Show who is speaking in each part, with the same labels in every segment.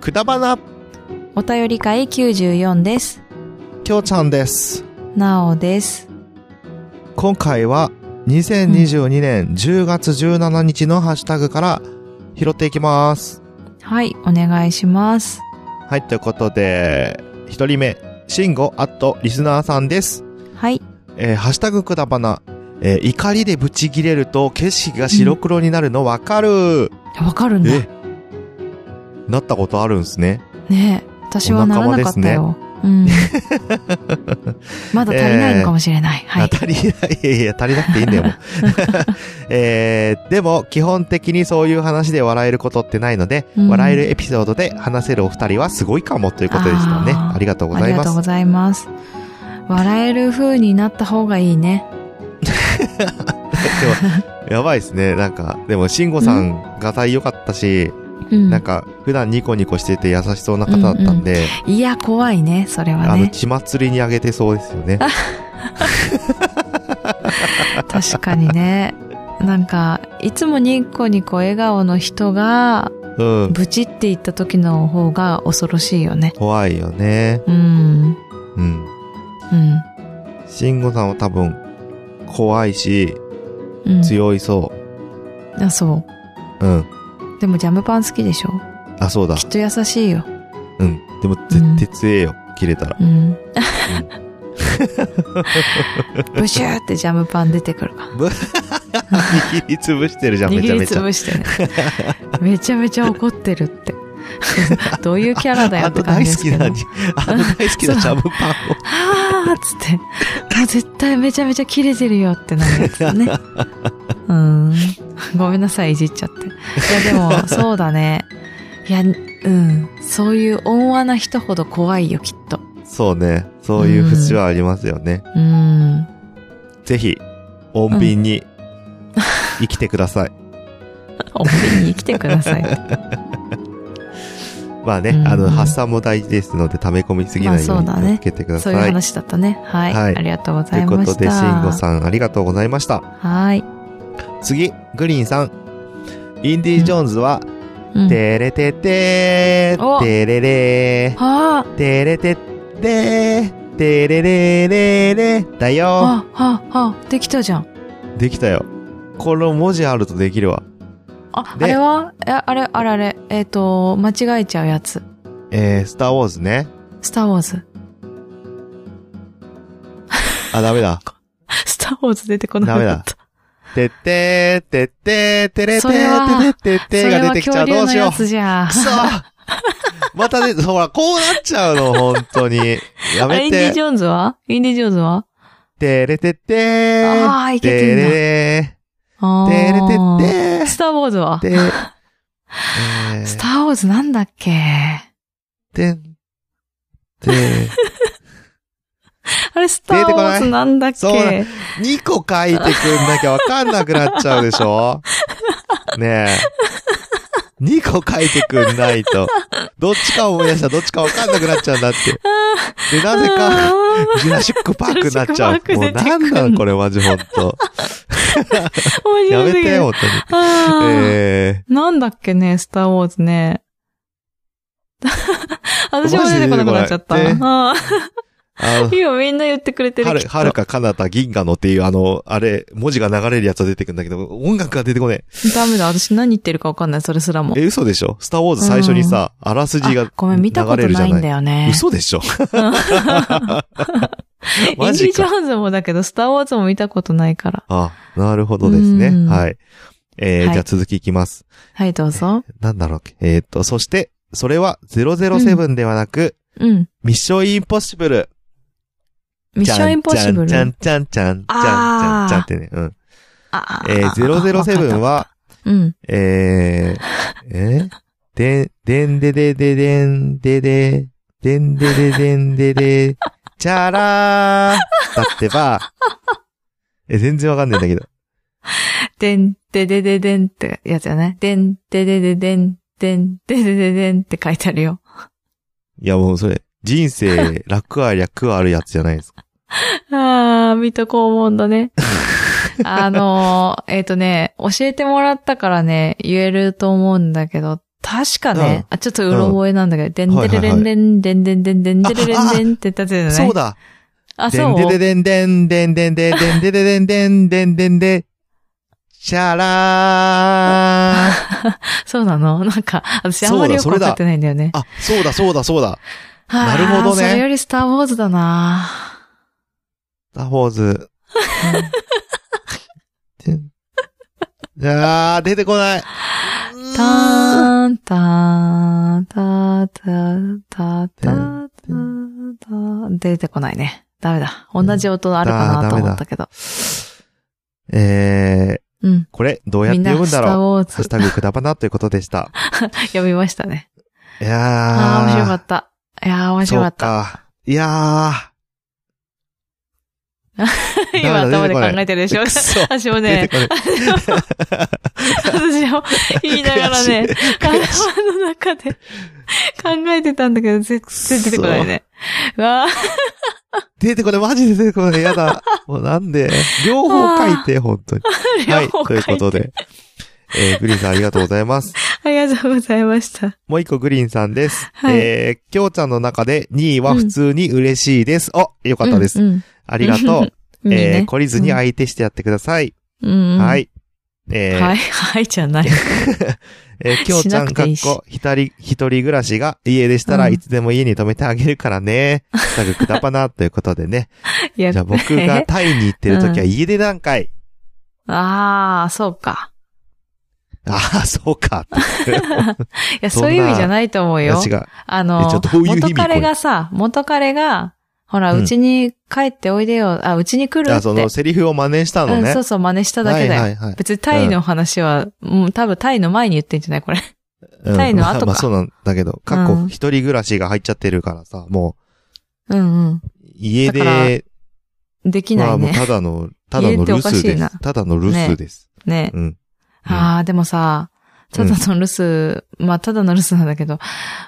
Speaker 1: くだばな、
Speaker 2: お便り会94です。
Speaker 1: きょうちゃんです。
Speaker 2: なおです。
Speaker 1: 今回は、2022年10月17日のハッシュタグから拾っていきます。
Speaker 2: はい、お願いします。
Speaker 1: はい、ということで、一人目、しんごアットリスナーさんです。
Speaker 2: はい。
Speaker 1: えーハッシュタグくだばな、えー怒りでブチ切れると景色が白黒になるのわかる。
Speaker 2: わかるんだ。
Speaker 1: え、なったことあるんすね。
Speaker 2: ねえ私はならなかったよ。うん。 まだ足りないのかもしれない。はい。
Speaker 1: あ足りない、いやいや、足りなくていいんだよ、 もうえーでも、基本的にそういう話で笑えることってないので、
Speaker 2: うん
Speaker 1: 笑えるエピソードで話せるお二人はすごいかもということでしたね。
Speaker 2: あ
Speaker 1: あ
Speaker 2: ー
Speaker 1: りがとうご
Speaker 2: あ
Speaker 1: ざい
Speaker 2: りが
Speaker 1: ま
Speaker 2: とう
Speaker 1: す。
Speaker 2: ございます。笑える風になった方がいいね。
Speaker 1: やばいですね。なんか、でも、慎吾さんが体良かったし、
Speaker 2: うん。
Speaker 1: なんか、普段ニコニコしてて優しそうな方だったんで、
Speaker 2: いや、怖いね、それは
Speaker 1: あの、
Speaker 2: ね。
Speaker 1: 血祭りにあげてそうですよね。
Speaker 2: 確かに ね。なんか、いつもニコニコ笑顔の人が、
Speaker 1: うん。
Speaker 2: ブチって言った時の方が恐ろしいよね。
Speaker 1: 怖いよね。
Speaker 2: うん。
Speaker 1: うん。
Speaker 2: うん。
Speaker 1: 慎吾さんは多分、怖いし、
Speaker 2: うん。
Speaker 1: 強いそ。
Speaker 2: あ、そう
Speaker 1: うん。
Speaker 2: う。でもジャムパン好きでしょ
Speaker 1: あ、そうだ
Speaker 2: き。っと優しいよ。
Speaker 1: うん。でも絶対強えよ。切れたら。
Speaker 2: うん。ブシューってジャムパン出てくるか ら。
Speaker 1: 握りつぶして るじゃん、
Speaker 2: 握
Speaker 1: めちゃ
Speaker 2: り
Speaker 1: めち
Speaker 2: つ
Speaker 1: ゃ。
Speaker 2: ぶしてね。めちゃめちゃ怒ってるって。 どういうキャラだよ
Speaker 1: あ
Speaker 2: って
Speaker 1: の
Speaker 2: 感
Speaker 1: 大好
Speaker 2: じで
Speaker 1: き
Speaker 2: すけど。
Speaker 1: な
Speaker 2: は
Speaker 1: に、あの大好きなジャムパン
Speaker 2: あーっつって。もう絶対めちゃめちゃ切れてるよってなるやつね。うん。ごめんなさい、いじっちゃって。いや、でも、そうだね。いや、うん。そういう温和な人ほど怖いよ、きっと。
Speaker 1: を。 そうね。そういう節はありますよね。
Speaker 2: うん。
Speaker 1: ぜひ、穏便に、生きてください。
Speaker 2: お店に来てく ださい。
Speaker 1: まあね、
Speaker 2: うん
Speaker 1: あの、発散も大事ですので、溜め込みすぎないように
Speaker 2: まあそうだね
Speaker 1: 気をつけてくだ
Speaker 2: そ
Speaker 1: さ
Speaker 2: う
Speaker 1: い。
Speaker 2: いう話だったね。はい。
Speaker 1: はい
Speaker 2: ありがとうご
Speaker 1: と
Speaker 2: ざ
Speaker 1: い
Speaker 2: いうま
Speaker 1: こ
Speaker 2: した。
Speaker 1: とで、慎吾さんありがとうございました。
Speaker 2: はい。
Speaker 1: 次、グリーンさん。インディ・ジョーンズは、
Speaker 2: うん、
Speaker 1: てれててー、
Speaker 2: お
Speaker 1: てれれー。
Speaker 2: はあ、
Speaker 1: てれてってー、てれれれれだよ。
Speaker 2: はあ、はあ、はあ、できたじゃん。
Speaker 1: できたよ。この文字あるとできるわ。
Speaker 2: あ、
Speaker 1: で
Speaker 2: あれはえ、あれ、あれあれ、えっ、と、間違えちゃうやつ。
Speaker 1: えー、スターウォーズね。
Speaker 2: スターウォーズ。
Speaker 1: あ、ダメ だ。
Speaker 2: スターウォーズ出てこなかった。
Speaker 1: てってー、てってー、てれて
Speaker 2: それは
Speaker 1: ー、てってってってが出てきちゃう。
Speaker 2: それ
Speaker 1: ど
Speaker 2: は恐
Speaker 1: うし
Speaker 2: 竜の
Speaker 1: よ
Speaker 2: や
Speaker 1: う。く
Speaker 2: つじゃん。
Speaker 1: そーまたね、ほら、こうなっちゃうの、本当に。や
Speaker 2: あイ
Speaker 1: め
Speaker 2: ンディ・ジ
Speaker 1: て。
Speaker 2: ョーンズはインディ・ジョーンズは
Speaker 1: てれてってー、
Speaker 2: ああ、いけ
Speaker 1: て
Speaker 2: て
Speaker 1: れ
Speaker 2: んだ。
Speaker 1: れー、
Speaker 2: あー
Speaker 1: てれてってー
Speaker 2: スターウォーズは、
Speaker 1: て、えー
Speaker 2: スターウォーズなんだっけ
Speaker 1: てん、てー、
Speaker 2: あれ、スターウォーズなんだっ
Speaker 1: 出てこない
Speaker 2: け
Speaker 1: 2個書いてくんなきゃわかんなくなっちゃうでしょねえ。2個書いてくんないと。どっちか思い出したらどっちかわかんなくなっちゃうんだって。で、なぜか、
Speaker 2: あ ー
Speaker 1: ジュラシックパークになっちゃ
Speaker 2: ジュラシックパーク
Speaker 1: う。もう
Speaker 2: 出てくる
Speaker 1: なんなんこれマジほんと。
Speaker 2: 面
Speaker 1: や
Speaker 2: 白
Speaker 1: め
Speaker 2: すぎる
Speaker 1: てよ、ほんとに。
Speaker 2: あー
Speaker 1: え
Speaker 2: なんだっけね、スターウォー ズね。私も出てこなくなっちゃった。
Speaker 1: マジで出てこ
Speaker 2: あ
Speaker 1: ー、あの
Speaker 2: ー、今みんな言ってくれてる。
Speaker 1: は
Speaker 2: き
Speaker 1: る、
Speaker 2: っと
Speaker 1: はるかかなた銀河のっていうあの、あれ、文字が流れるやつは出てくんだけど、音楽が出てこね
Speaker 2: ダメだ、私何言ってるかわかんない、それすらも
Speaker 1: え。。え、嘘でしょスターウォーズ最初にさ、あらすじが
Speaker 2: あごめん、見たこ
Speaker 1: 流れ
Speaker 2: と
Speaker 1: るじゃ
Speaker 2: ない
Speaker 1: ない
Speaker 2: んだ。よね。
Speaker 1: 嘘でしょ
Speaker 2: インデ
Speaker 1: マジ
Speaker 2: ィ・ジョ
Speaker 1: か。
Speaker 2: ーンズもだけど、スターウォーズも見たことないから。
Speaker 1: あ、なるほどですね
Speaker 2: うん。
Speaker 1: はい。えー
Speaker 2: はい
Speaker 1: じゃあ続きいきます。
Speaker 2: はい、どうぞ。
Speaker 1: なんだろう。えーっと、そして、それは007ではなく、
Speaker 2: うん。
Speaker 1: ミッションインポッシブル。
Speaker 2: ミッション・インポッシブル。
Speaker 1: ちゃんちゃんちゃんちゃんちゃんちゃんちゃんってね。うん。
Speaker 2: あー
Speaker 1: えー、007。
Speaker 2: わかっ
Speaker 1: は、
Speaker 2: たうん。
Speaker 1: えー、えーでん、でんででででんでで、でんでででんでで、チャラーだってば、え、全然わかんないんだけど。
Speaker 2: でん、ででででんってやつじゃないでん、ででででん、でん、ででででんって書いてあるよ。
Speaker 1: いやもうそれ、人生楽ありゃ苦あるやつじゃないですか。
Speaker 2: あー、水戸黄門だね。あのー、えっ、とね、教えてもらったからね、言えると思うんだけど、確か
Speaker 1: うん
Speaker 2: ね、あ、ちょっとうろ覚えなんだけど、でん
Speaker 1: はい
Speaker 2: で
Speaker 1: はい
Speaker 2: れ
Speaker 1: はい
Speaker 2: れんでんでんでんでんでんでれれんでんって言ったじゃない
Speaker 1: そう。だ。
Speaker 2: あ、
Speaker 1: で
Speaker 2: そ
Speaker 1: ん
Speaker 2: う
Speaker 1: でででんでんでんでんでんでんででんでんでんでんでん。シャラーン。
Speaker 2: そうなのなんか、私あんまりよく
Speaker 1: そうだそれ
Speaker 2: わ
Speaker 1: だ
Speaker 2: かってないんだよね。
Speaker 1: あ、そうだそうだそうだ。
Speaker 2: はあ
Speaker 1: なるほどね
Speaker 2: それよりスターウォーズだな
Speaker 1: スターフォーズ。いやー、出てこない。
Speaker 2: たーん、たーん、たーたーたーたーたーたー出てこないね。ダメだ。同じ音あるかなと思ったけど。
Speaker 1: えー、
Speaker 2: うん。
Speaker 1: これ、どうやっ
Speaker 2: み
Speaker 1: て
Speaker 2: んな
Speaker 1: 読むん
Speaker 2: スタ
Speaker 1: だ
Speaker 2: ー
Speaker 1: ろう。
Speaker 2: ウォ
Speaker 1: ハッ
Speaker 2: ー
Speaker 1: シュ
Speaker 2: ズ
Speaker 1: タグくだばなということでした。
Speaker 2: 読みましたね。
Speaker 1: いやー。
Speaker 2: ああー、面白か
Speaker 1: っ
Speaker 2: った。いやー、面白かった。
Speaker 1: た。いやー。
Speaker 2: 今
Speaker 1: ダ
Speaker 2: 頭
Speaker 1: メ
Speaker 2: で
Speaker 1: だ
Speaker 2: 考えてるでしょ
Speaker 1: くそ
Speaker 2: 私も
Speaker 1: 出て
Speaker 2: ね、
Speaker 1: こない
Speaker 2: 私も言いながらね
Speaker 1: 悔しい、悔しい
Speaker 2: 頭の中で考えてたんだけど、全然出てこないね。うわー
Speaker 1: 出てこない。マジで出てこない。や だ。もうなんで。両方書いて、本当に。はい。ということ。で。えー、グリーンさんありがとうござい ます。
Speaker 2: ありがとうございました。
Speaker 1: もう一個グリーンさんです。
Speaker 2: はい
Speaker 1: えー、きょうちゃんの中で2位は普通に嬉しいです。お、よかったです。
Speaker 2: うん。
Speaker 1: ありがとう。
Speaker 2: うん いい
Speaker 1: えー、
Speaker 2: ね
Speaker 1: 懲りずに相手してやってください。
Speaker 2: うん。。
Speaker 1: はいい。えー
Speaker 2: はい、はいじゃない。
Speaker 1: えー、きょうちゃん
Speaker 2: しなく
Speaker 1: かって
Speaker 2: いいし
Speaker 1: こ、ひたり、一人暮らしが家でしたら
Speaker 2: うん
Speaker 1: いつでも家に泊めてあげるから ね。すぐくだばな、ということでね。
Speaker 2: いや
Speaker 1: じゃあ僕がタイに行ってるときは
Speaker 2: う
Speaker 1: 家出段階。
Speaker 2: ああ、そうか。
Speaker 1: ああ、そうか。
Speaker 2: いや、
Speaker 1: そん
Speaker 2: そ
Speaker 1: な
Speaker 2: ういう意味じゃないと思う よ
Speaker 1: 私。が。
Speaker 2: あ
Speaker 1: えちょ
Speaker 2: の
Speaker 1: っとどういう意味
Speaker 2: 元彼がさ、元彼が、ほら、
Speaker 1: うん
Speaker 2: うちに帰っておいでよ、あ、うちに来るって。
Speaker 1: あそのセリフを真似した
Speaker 2: う
Speaker 1: の
Speaker 2: ん、
Speaker 1: ね
Speaker 2: そう。そう、真似しただけだよ。
Speaker 1: はいはいはい。
Speaker 2: 別にタイの話は、うん、多分タイの前に言ってんじゃないこれ。
Speaker 1: うん
Speaker 2: タイの後
Speaker 1: まあ
Speaker 2: か
Speaker 1: まあそうなんだけど、過
Speaker 2: う
Speaker 1: 去
Speaker 2: ん
Speaker 1: 一人暮らしが入っちゃってるからさ、も
Speaker 2: うん
Speaker 1: う家
Speaker 2: だから
Speaker 1: で、
Speaker 2: うん。でき
Speaker 1: ま
Speaker 2: な
Speaker 1: あ
Speaker 2: い
Speaker 1: もう
Speaker 2: ね。
Speaker 1: ただの、ただ
Speaker 2: 家出
Speaker 1: の
Speaker 2: って
Speaker 1: 留
Speaker 2: おかし
Speaker 1: 守
Speaker 2: い
Speaker 1: で
Speaker 2: な
Speaker 1: す。ただの留守です。
Speaker 2: ね。
Speaker 1: うん。
Speaker 2: ああ、でもさ、ただの留守、まあ、ただの留守なんだけど、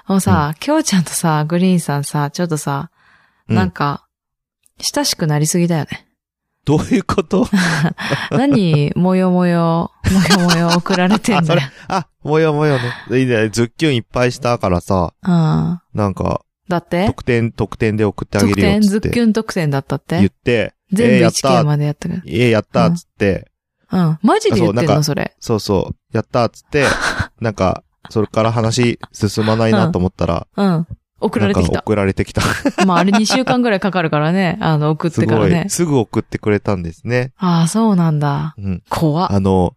Speaker 2: もうさ、きょうちゃんとさ、グリーンさんさ、ちょっとさ、
Speaker 1: うん
Speaker 2: なんか、親しくなりすぎだよね。
Speaker 1: どういうこと
Speaker 2: 何、もよもよ、もよもよ送られてんだよ。
Speaker 1: あ、もよもよ ね。いいね、ズッキュンいっぱいしたからさ、
Speaker 2: うん。
Speaker 1: なんか、
Speaker 2: だって
Speaker 1: 特典、特典で送ってあげ
Speaker 2: 特
Speaker 1: るよっ
Speaker 2: 典、
Speaker 1: つ
Speaker 2: ズ
Speaker 1: っ
Speaker 2: ッ
Speaker 1: て
Speaker 2: キュン特典だったっ
Speaker 1: 言ってて、
Speaker 2: 全
Speaker 1: えー
Speaker 2: 部
Speaker 1: やっ
Speaker 2: 1K
Speaker 1: た
Speaker 2: までやったけど。
Speaker 1: え、やったっつって、
Speaker 2: うん。マジで言ってん
Speaker 1: あ
Speaker 2: のそれ。
Speaker 1: そうそう、やったっつ って、なんか、それから話進まないなと思ったら、
Speaker 2: うん。送
Speaker 1: なん
Speaker 2: られ
Speaker 1: か
Speaker 2: てきた。
Speaker 1: 送られて きた。
Speaker 2: まあ、あれ2週間ぐらいかかるからね。 あの、送っ
Speaker 1: す
Speaker 2: てから
Speaker 1: ご
Speaker 2: ね
Speaker 1: い。。すぐ送ってくれたんですね。
Speaker 2: ああ、そうなんだ。
Speaker 1: うん。
Speaker 2: 怖っ
Speaker 1: あの、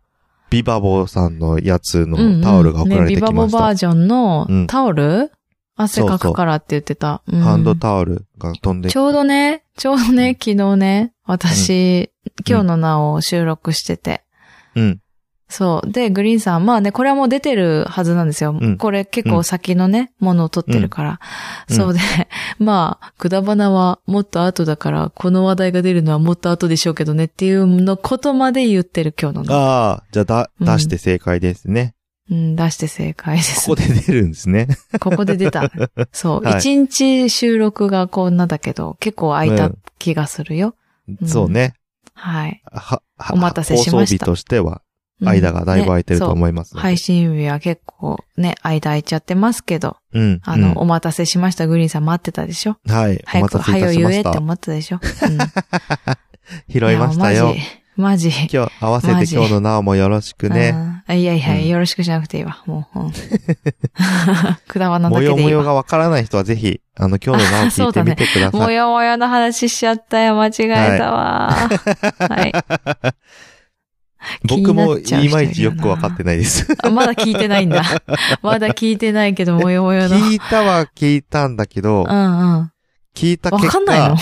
Speaker 1: ビバボーさんのやつ
Speaker 2: うんう
Speaker 1: の
Speaker 2: ん
Speaker 1: タオルが送られてき
Speaker 2: ね、ビバ
Speaker 1: ま
Speaker 2: ボ
Speaker 1: した。
Speaker 2: バージョンの
Speaker 1: うん
Speaker 2: タオル、汗かくからって言ってた。うん
Speaker 1: ハンドタオルが飛んでき
Speaker 2: ち
Speaker 1: た。
Speaker 2: ょうどね、ちょうどね、昨日ね、私、今日の名を収録してて。
Speaker 1: うん。
Speaker 2: そう。で、グリーンさん、まあね、これはもう出てるはずなんですよ。
Speaker 1: うん
Speaker 2: これ結構先のね、ものを撮ってるから。
Speaker 1: うん
Speaker 2: そうで、 まあ、くだばなはもっと後だから、この話題が出るのはもっと後でしょうけどねっていうのことまで言ってる今日の名。
Speaker 1: ああ、じゃあだ、
Speaker 2: うん
Speaker 1: 出して正解ですね。
Speaker 2: うん、出して正解です。
Speaker 1: ここで出るんですね。
Speaker 2: ここで出た。 そう。一、
Speaker 1: はい
Speaker 2: 日収録がこんなだけど、結構空いた気がするよ。うん
Speaker 1: そうね。
Speaker 2: はい。
Speaker 1: は、は
Speaker 2: お待たせしました
Speaker 1: 放送日としては、
Speaker 2: うん
Speaker 1: 間がだいぶ空いてると
Speaker 2: ね
Speaker 1: 思います
Speaker 2: そう
Speaker 1: ので。
Speaker 2: 配信日は結構ね、間空いちゃってますけど、
Speaker 1: うん。
Speaker 2: あの、
Speaker 1: う
Speaker 2: お待たせしました。グリーンさん待ってたでしょ
Speaker 1: ん、はい。お
Speaker 2: 早
Speaker 1: 待
Speaker 2: く、
Speaker 1: たせい
Speaker 2: 早
Speaker 1: た
Speaker 2: う
Speaker 1: しま
Speaker 2: 言え
Speaker 1: し
Speaker 2: って
Speaker 1: た。
Speaker 2: 思ったでしょ、うん、
Speaker 1: 拾いました
Speaker 2: や
Speaker 1: よ。
Speaker 2: マジ。マジ。
Speaker 1: 今日、合わせ
Speaker 2: マ
Speaker 1: て
Speaker 2: ジ
Speaker 1: 今日のなおもよろしくね。
Speaker 2: うん。いやいや、
Speaker 1: うん
Speaker 2: よろしくじゃなくていいわ。も う、うん。くだばなだ
Speaker 1: も
Speaker 2: け
Speaker 1: よ
Speaker 2: でい
Speaker 1: も
Speaker 2: い
Speaker 1: よ
Speaker 2: わ。
Speaker 1: がわからない人はぜひ、あの、今日のなお聞いてみてください。
Speaker 2: もよもよの話しちゃったよ。間違えたわ。はい。
Speaker 1: 僕もい
Speaker 2: 気になっちゃう人いるよな
Speaker 1: まいちよくわかってないです。
Speaker 2: あまだ聞いてない んだ。まだ聞いてないけど、もよもよの。
Speaker 1: 聞いたは聞いたんだけど、
Speaker 2: うんうん。
Speaker 1: 聞いた
Speaker 2: わ
Speaker 1: 結
Speaker 2: かんない
Speaker 1: 果
Speaker 2: の、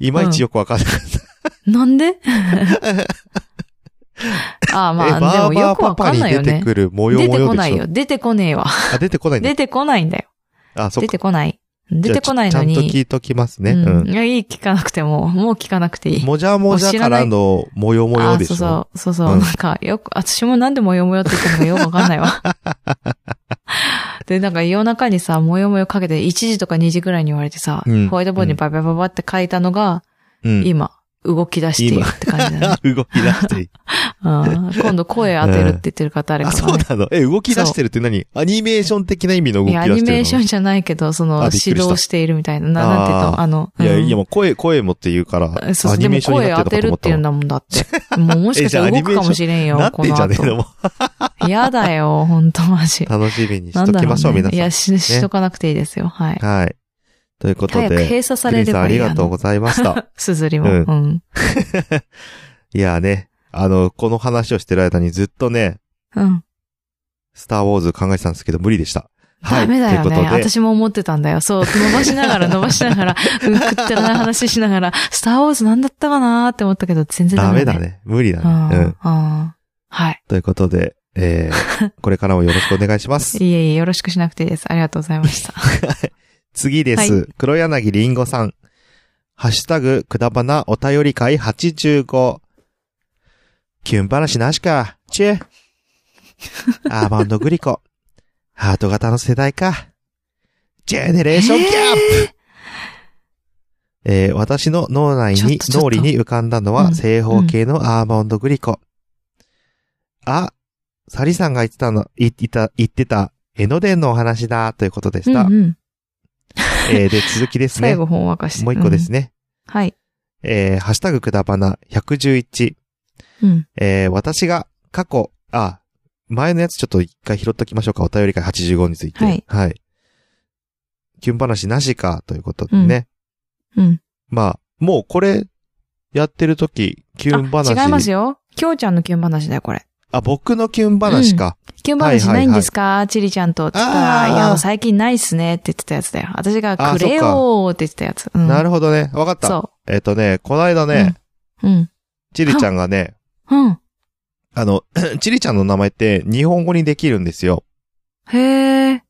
Speaker 1: いまいちよくわかんない。
Speaker 2: な んでああ、ま
Speaker 1: え
Speaker 2: あ、で
Speaker 1: バ
Speaker 2: も
Speaker 1: ーバ
Speaker 2: よ
Speaker 1: ー
Speaker 2: くわ
Speaker 1: パパ
Speaker 2: かん
Speaker 1: に
Speaker 2: ない
Speaker 1: 出
Speaker 2: よ
Speaker 1: て
Speaker 2: ね。
Speaker 1: くるもよ
Speaker 2: 出
Speaker 1: も
Speaker 2: て
Speaker 1: よ
Speaker 2: こ
Speaker 1: で
Speaker 2: な
Speaker 1: し
Speaker 2: い
Speaker 1: ょ
Speaker 2: よ。。出てこねえわ。
Speaker 1: あ、出てこないんだ
Speaker 2: 出。てこないんだよ。
Speaker 1: あ、そっ
Speaker 2: 出
Speaker 1: か。
Speaker 2: てこない。出てこないの
Speaker 1: じゃあちょちゃんと聞
Speaker 2: に。
Speaker 1: いときますね。う
Speaker 2: うん。
Speaker 1: ん。
Speaker 2: いや、いい、聞かなくても。もう聞かなくていい。
Speaker 1: もじゃもじゃからのもよもよ
Speaker 2: あ
Speaker 1: でし
Speaker 2: そ
Speaker 1: ょ。
Speaker 2: うそう、そうそう、
Speaker 1: うん
Speaker 2: なんか、よく、私もなんでもよもよって言ってるのかよくわかんないわ。で、なんか夜中にさ、もよもよかけて1時とか2時ぐらいに言われてさ、
Speaker 1: うん
Speaker 2: ホワイトボードにババババって書いたのが、
Speaker 1: うん。
Speaker 2: 今、動き出しているって感じだね。
Speaker 1: 動き出していい。
Speaker 2: うん今度声当てるって言ってる 方あれ
Speaker 1: あ、
Speaker 2: か
Speaker 1: そ
Speaker 2: も
Speaker 1: う
Speaker 2: ね。
Speaker 1: なの。え、動き出してるって何アニメーション的な意味の動
Speaker 2: い
Speaker 1: き出
Speaker 2: や、
Speaker 1: し
Speaker 2: ア
Speaker 1: てるの
Speaker 2: ニメーションじゃないけど、その、
Speaker 1: あびっくりし
Speaker 2: 指
Speaker 1: た
Speaker 2: 導しているみたいな。ななんて言う
Speaker 1: あ
Speaker 2: と、あの、
Speaker 1: いや、いやも
Speaker 2: も
Speaker 1: う声、声持って言うから、アニメー
Speaker 2: そう、でも
Speaker 1: ションに
Speaker 2: 声
Speaker 1: なっ
Speaker 2: 当
Speaker 1: て
Speaker 2: て
Speaker 1: る
Speaker 2: る
Speaker 1: の
Speaker 2: っ
Speaker 1: か
Speaker 2: て
Speaker 1: と
Speaker 2: 言うん
Speaker 1: 思っ
Speaker 2: だもんだって。もうもしかしたら動くかもしれん
Speaker 1: た
Speaker 2: よ
Speaker 1: わ。な、っ
Speaker 2: こ
Speaker 1: てん
Speaker 2: の
Speaker 1: じゃねえの
Speaker 2: 後。
Speaker 1: も
Speaker 2: やだよ、ほんとマジ
Speaker 1: う。楽しみにし
Speaker 2: なん
Speaker 1: と
Speaker 2: だ
Speaker 1: き
Speaker 2: ろ
Speaker 1: ましょう、
Speaker 2: う、ね
Speaker 1: 皆。
Speaker 2: い
Speaker 1: さ
Speaker 2: や、し、しとかなくていいですよ。はい。
Speaker 1: ん。はい。ということ
Speaker 2: 早く
Speaker 1: で、
Speaker 2: 閉鎖さ
Speaker 1: ク
Speaker 2: れ
Speaker 1: リン
Speaker 2: れ
Speaker 1: さん
Speaker 2: ば
Speaker 1: あ
Speaker 2: いい
Speaker 1: り
Speaker 2: やん。
Speaker 1: がとうございま した。
Speaker 2: すずりも。
Speaker 1: う
Speaker 2: うんん。
Speaker 1: いやね、あの、この話をしてる間にずっとね、
Speaker 2: うん。
Speaker 1: スターウォーズ考えてたんですけど、無理でした。はい。
Speaker 2: ダメだよ
Speaker 1: という
Speaker 2: ね。
Speaker 1: ことで、
Speaker 2: 私も思ってたんだよ。そう、伸ばしな がら伸ばしながら、うん、くったらない話しながら、スターウォーズなんだったかなーって思ったけど、全然
Speaker 1: ダ
Speaker 2: ダ
Speaker 1: メ
Speaker 2: メ
Speaker 1: だ
Speaker 2: だね。
Speaker 1: ね。無理だ
Speaker 2: う
Speaker 1: ね。
Speaker 2: ん
Speaker 1: うん。
Speaker 2: うん。はい。
Speaker 1: ということで、え ー、これからもよろしくお願いします。
Speaker 2: いえいえ、よろしくしなくていいです。ありがとうございました。
Speaker 1: 次です。
Speaker 2: は
Speaker 1: 黒柳りんごさん。ハッシュタグ、くだばなお便り会85。キュン話なしか。チュ ー。アーマンドグリコ。ハート型の世代か。ジェネレーションギャップ、えー私の脳内に、
Speaker 2: ちょっとち
Speaker 1: 脳
Speaker 2: ょっと
Speaker 1: 裏に浮かんだの
Speaker 2: う
Speaker 1: は
Speaker 2: ん
Speaker 1: 正方形のアーモンドグリコ。あ、サリさんが言ってたの、言ってた、言ってた、江ノ電のお話だ、ということでした。
Speaker 2: うんうん。
Speaker 1: えーで、続きですね。
Speaker 2: 最
Speaker 1: も
Speaker 2: 後、ほんわかして。
Speaker 1: う一個です
Speaker 2: ね。
Speaker 1: ね。
Speaker 2: はい。
Speaker 1: えーハッシュタグくだばな111。
Speaker 2: うん。
Speaker 1: えー私が過去、あ、前のやつちょっと一回拾っときましょうか。お便り会85について。
Speaker 2: はい
Speaker 1: キュン話なしか、ということでね。
Speaker 2: うん。
Speaker 1: まあ、もうこれ、やってる時キュン
Speaker 2: あ、
Speaker 1: 話。
Speaker 2: 違いますよ。きょうちゃんのキュン話だよ、これ。
Speaker 1: あ、僕のキュン話か。
Speaker 2: キュン話ないんですかチリちゃんとって言った
Speaker 1: あ
Speaker 2: ら、
Speaker 1: ー
Speaker 2: いや、もう最近ないっすねって言ってたやつだよ。私が
Speaker 1: あ
Speaker 2: くれよーって言ってたやつ。うん、
Speaker 1: なるほどね。わかった。
Speaker 2: そ
Speaker 1: えっ、とね、こないだね、
Speaker 2: う。うん。
Speaker 1: チリちゃんが ね、
Speaker 2: うん。
Speaker 1: あの、 チリちゃんの名前って日本語にできるんですよ。
Speaker 2: へー。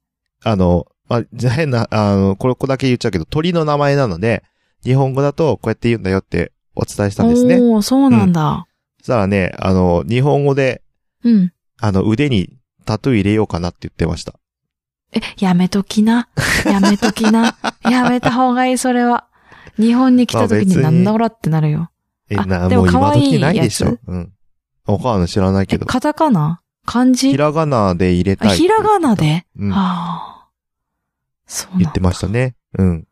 Speaker 1: あの、まあ、じゃ変な、あの、これ、ここだけ言っちゃうけど、鳥の名前なので、日本語だとこうやって言うんだよってお伝えしたんですね。
Speaker 2: おー、そうなんだ。
Speaker 1: そしたらね、あの、日本語で、
Speaker 2: うん。
Speaker 1: あの、腕にタトゥー入れようかなって言ってました。
Speaker 2: え、やめとき な。やめときな。やめた方がいい、それは。日本に来た時
Speaker 1: まあ別
Speaker 2: に
Speaker 1: に
Speaker 2: なんだおらってなるよ。
Speaker 1: え、
Speaker 2: あ
Speaker 1: な、
Speaker 2: で
Speaker 1: も
Speaker 2: も
Speaker 1: う今時ないでし
Speaker 2: 可愛い
Speaker 1: ょ。うん。わかんない、知らない
Speaker 2: え、
Speaker 1: けど。
Speaker 2: カタカナ漢
Speaker 1: ひ
Speaker 2: 字
Speaker 1: らがなで入れ
Speaker 2: あ
Speaker 1: たい。
Speaker 2: ひらがな。で、
Speaker 1: うん。
Speaker 2: ああ。そうなんだ
Speaker 1: 言ってましたね。うん。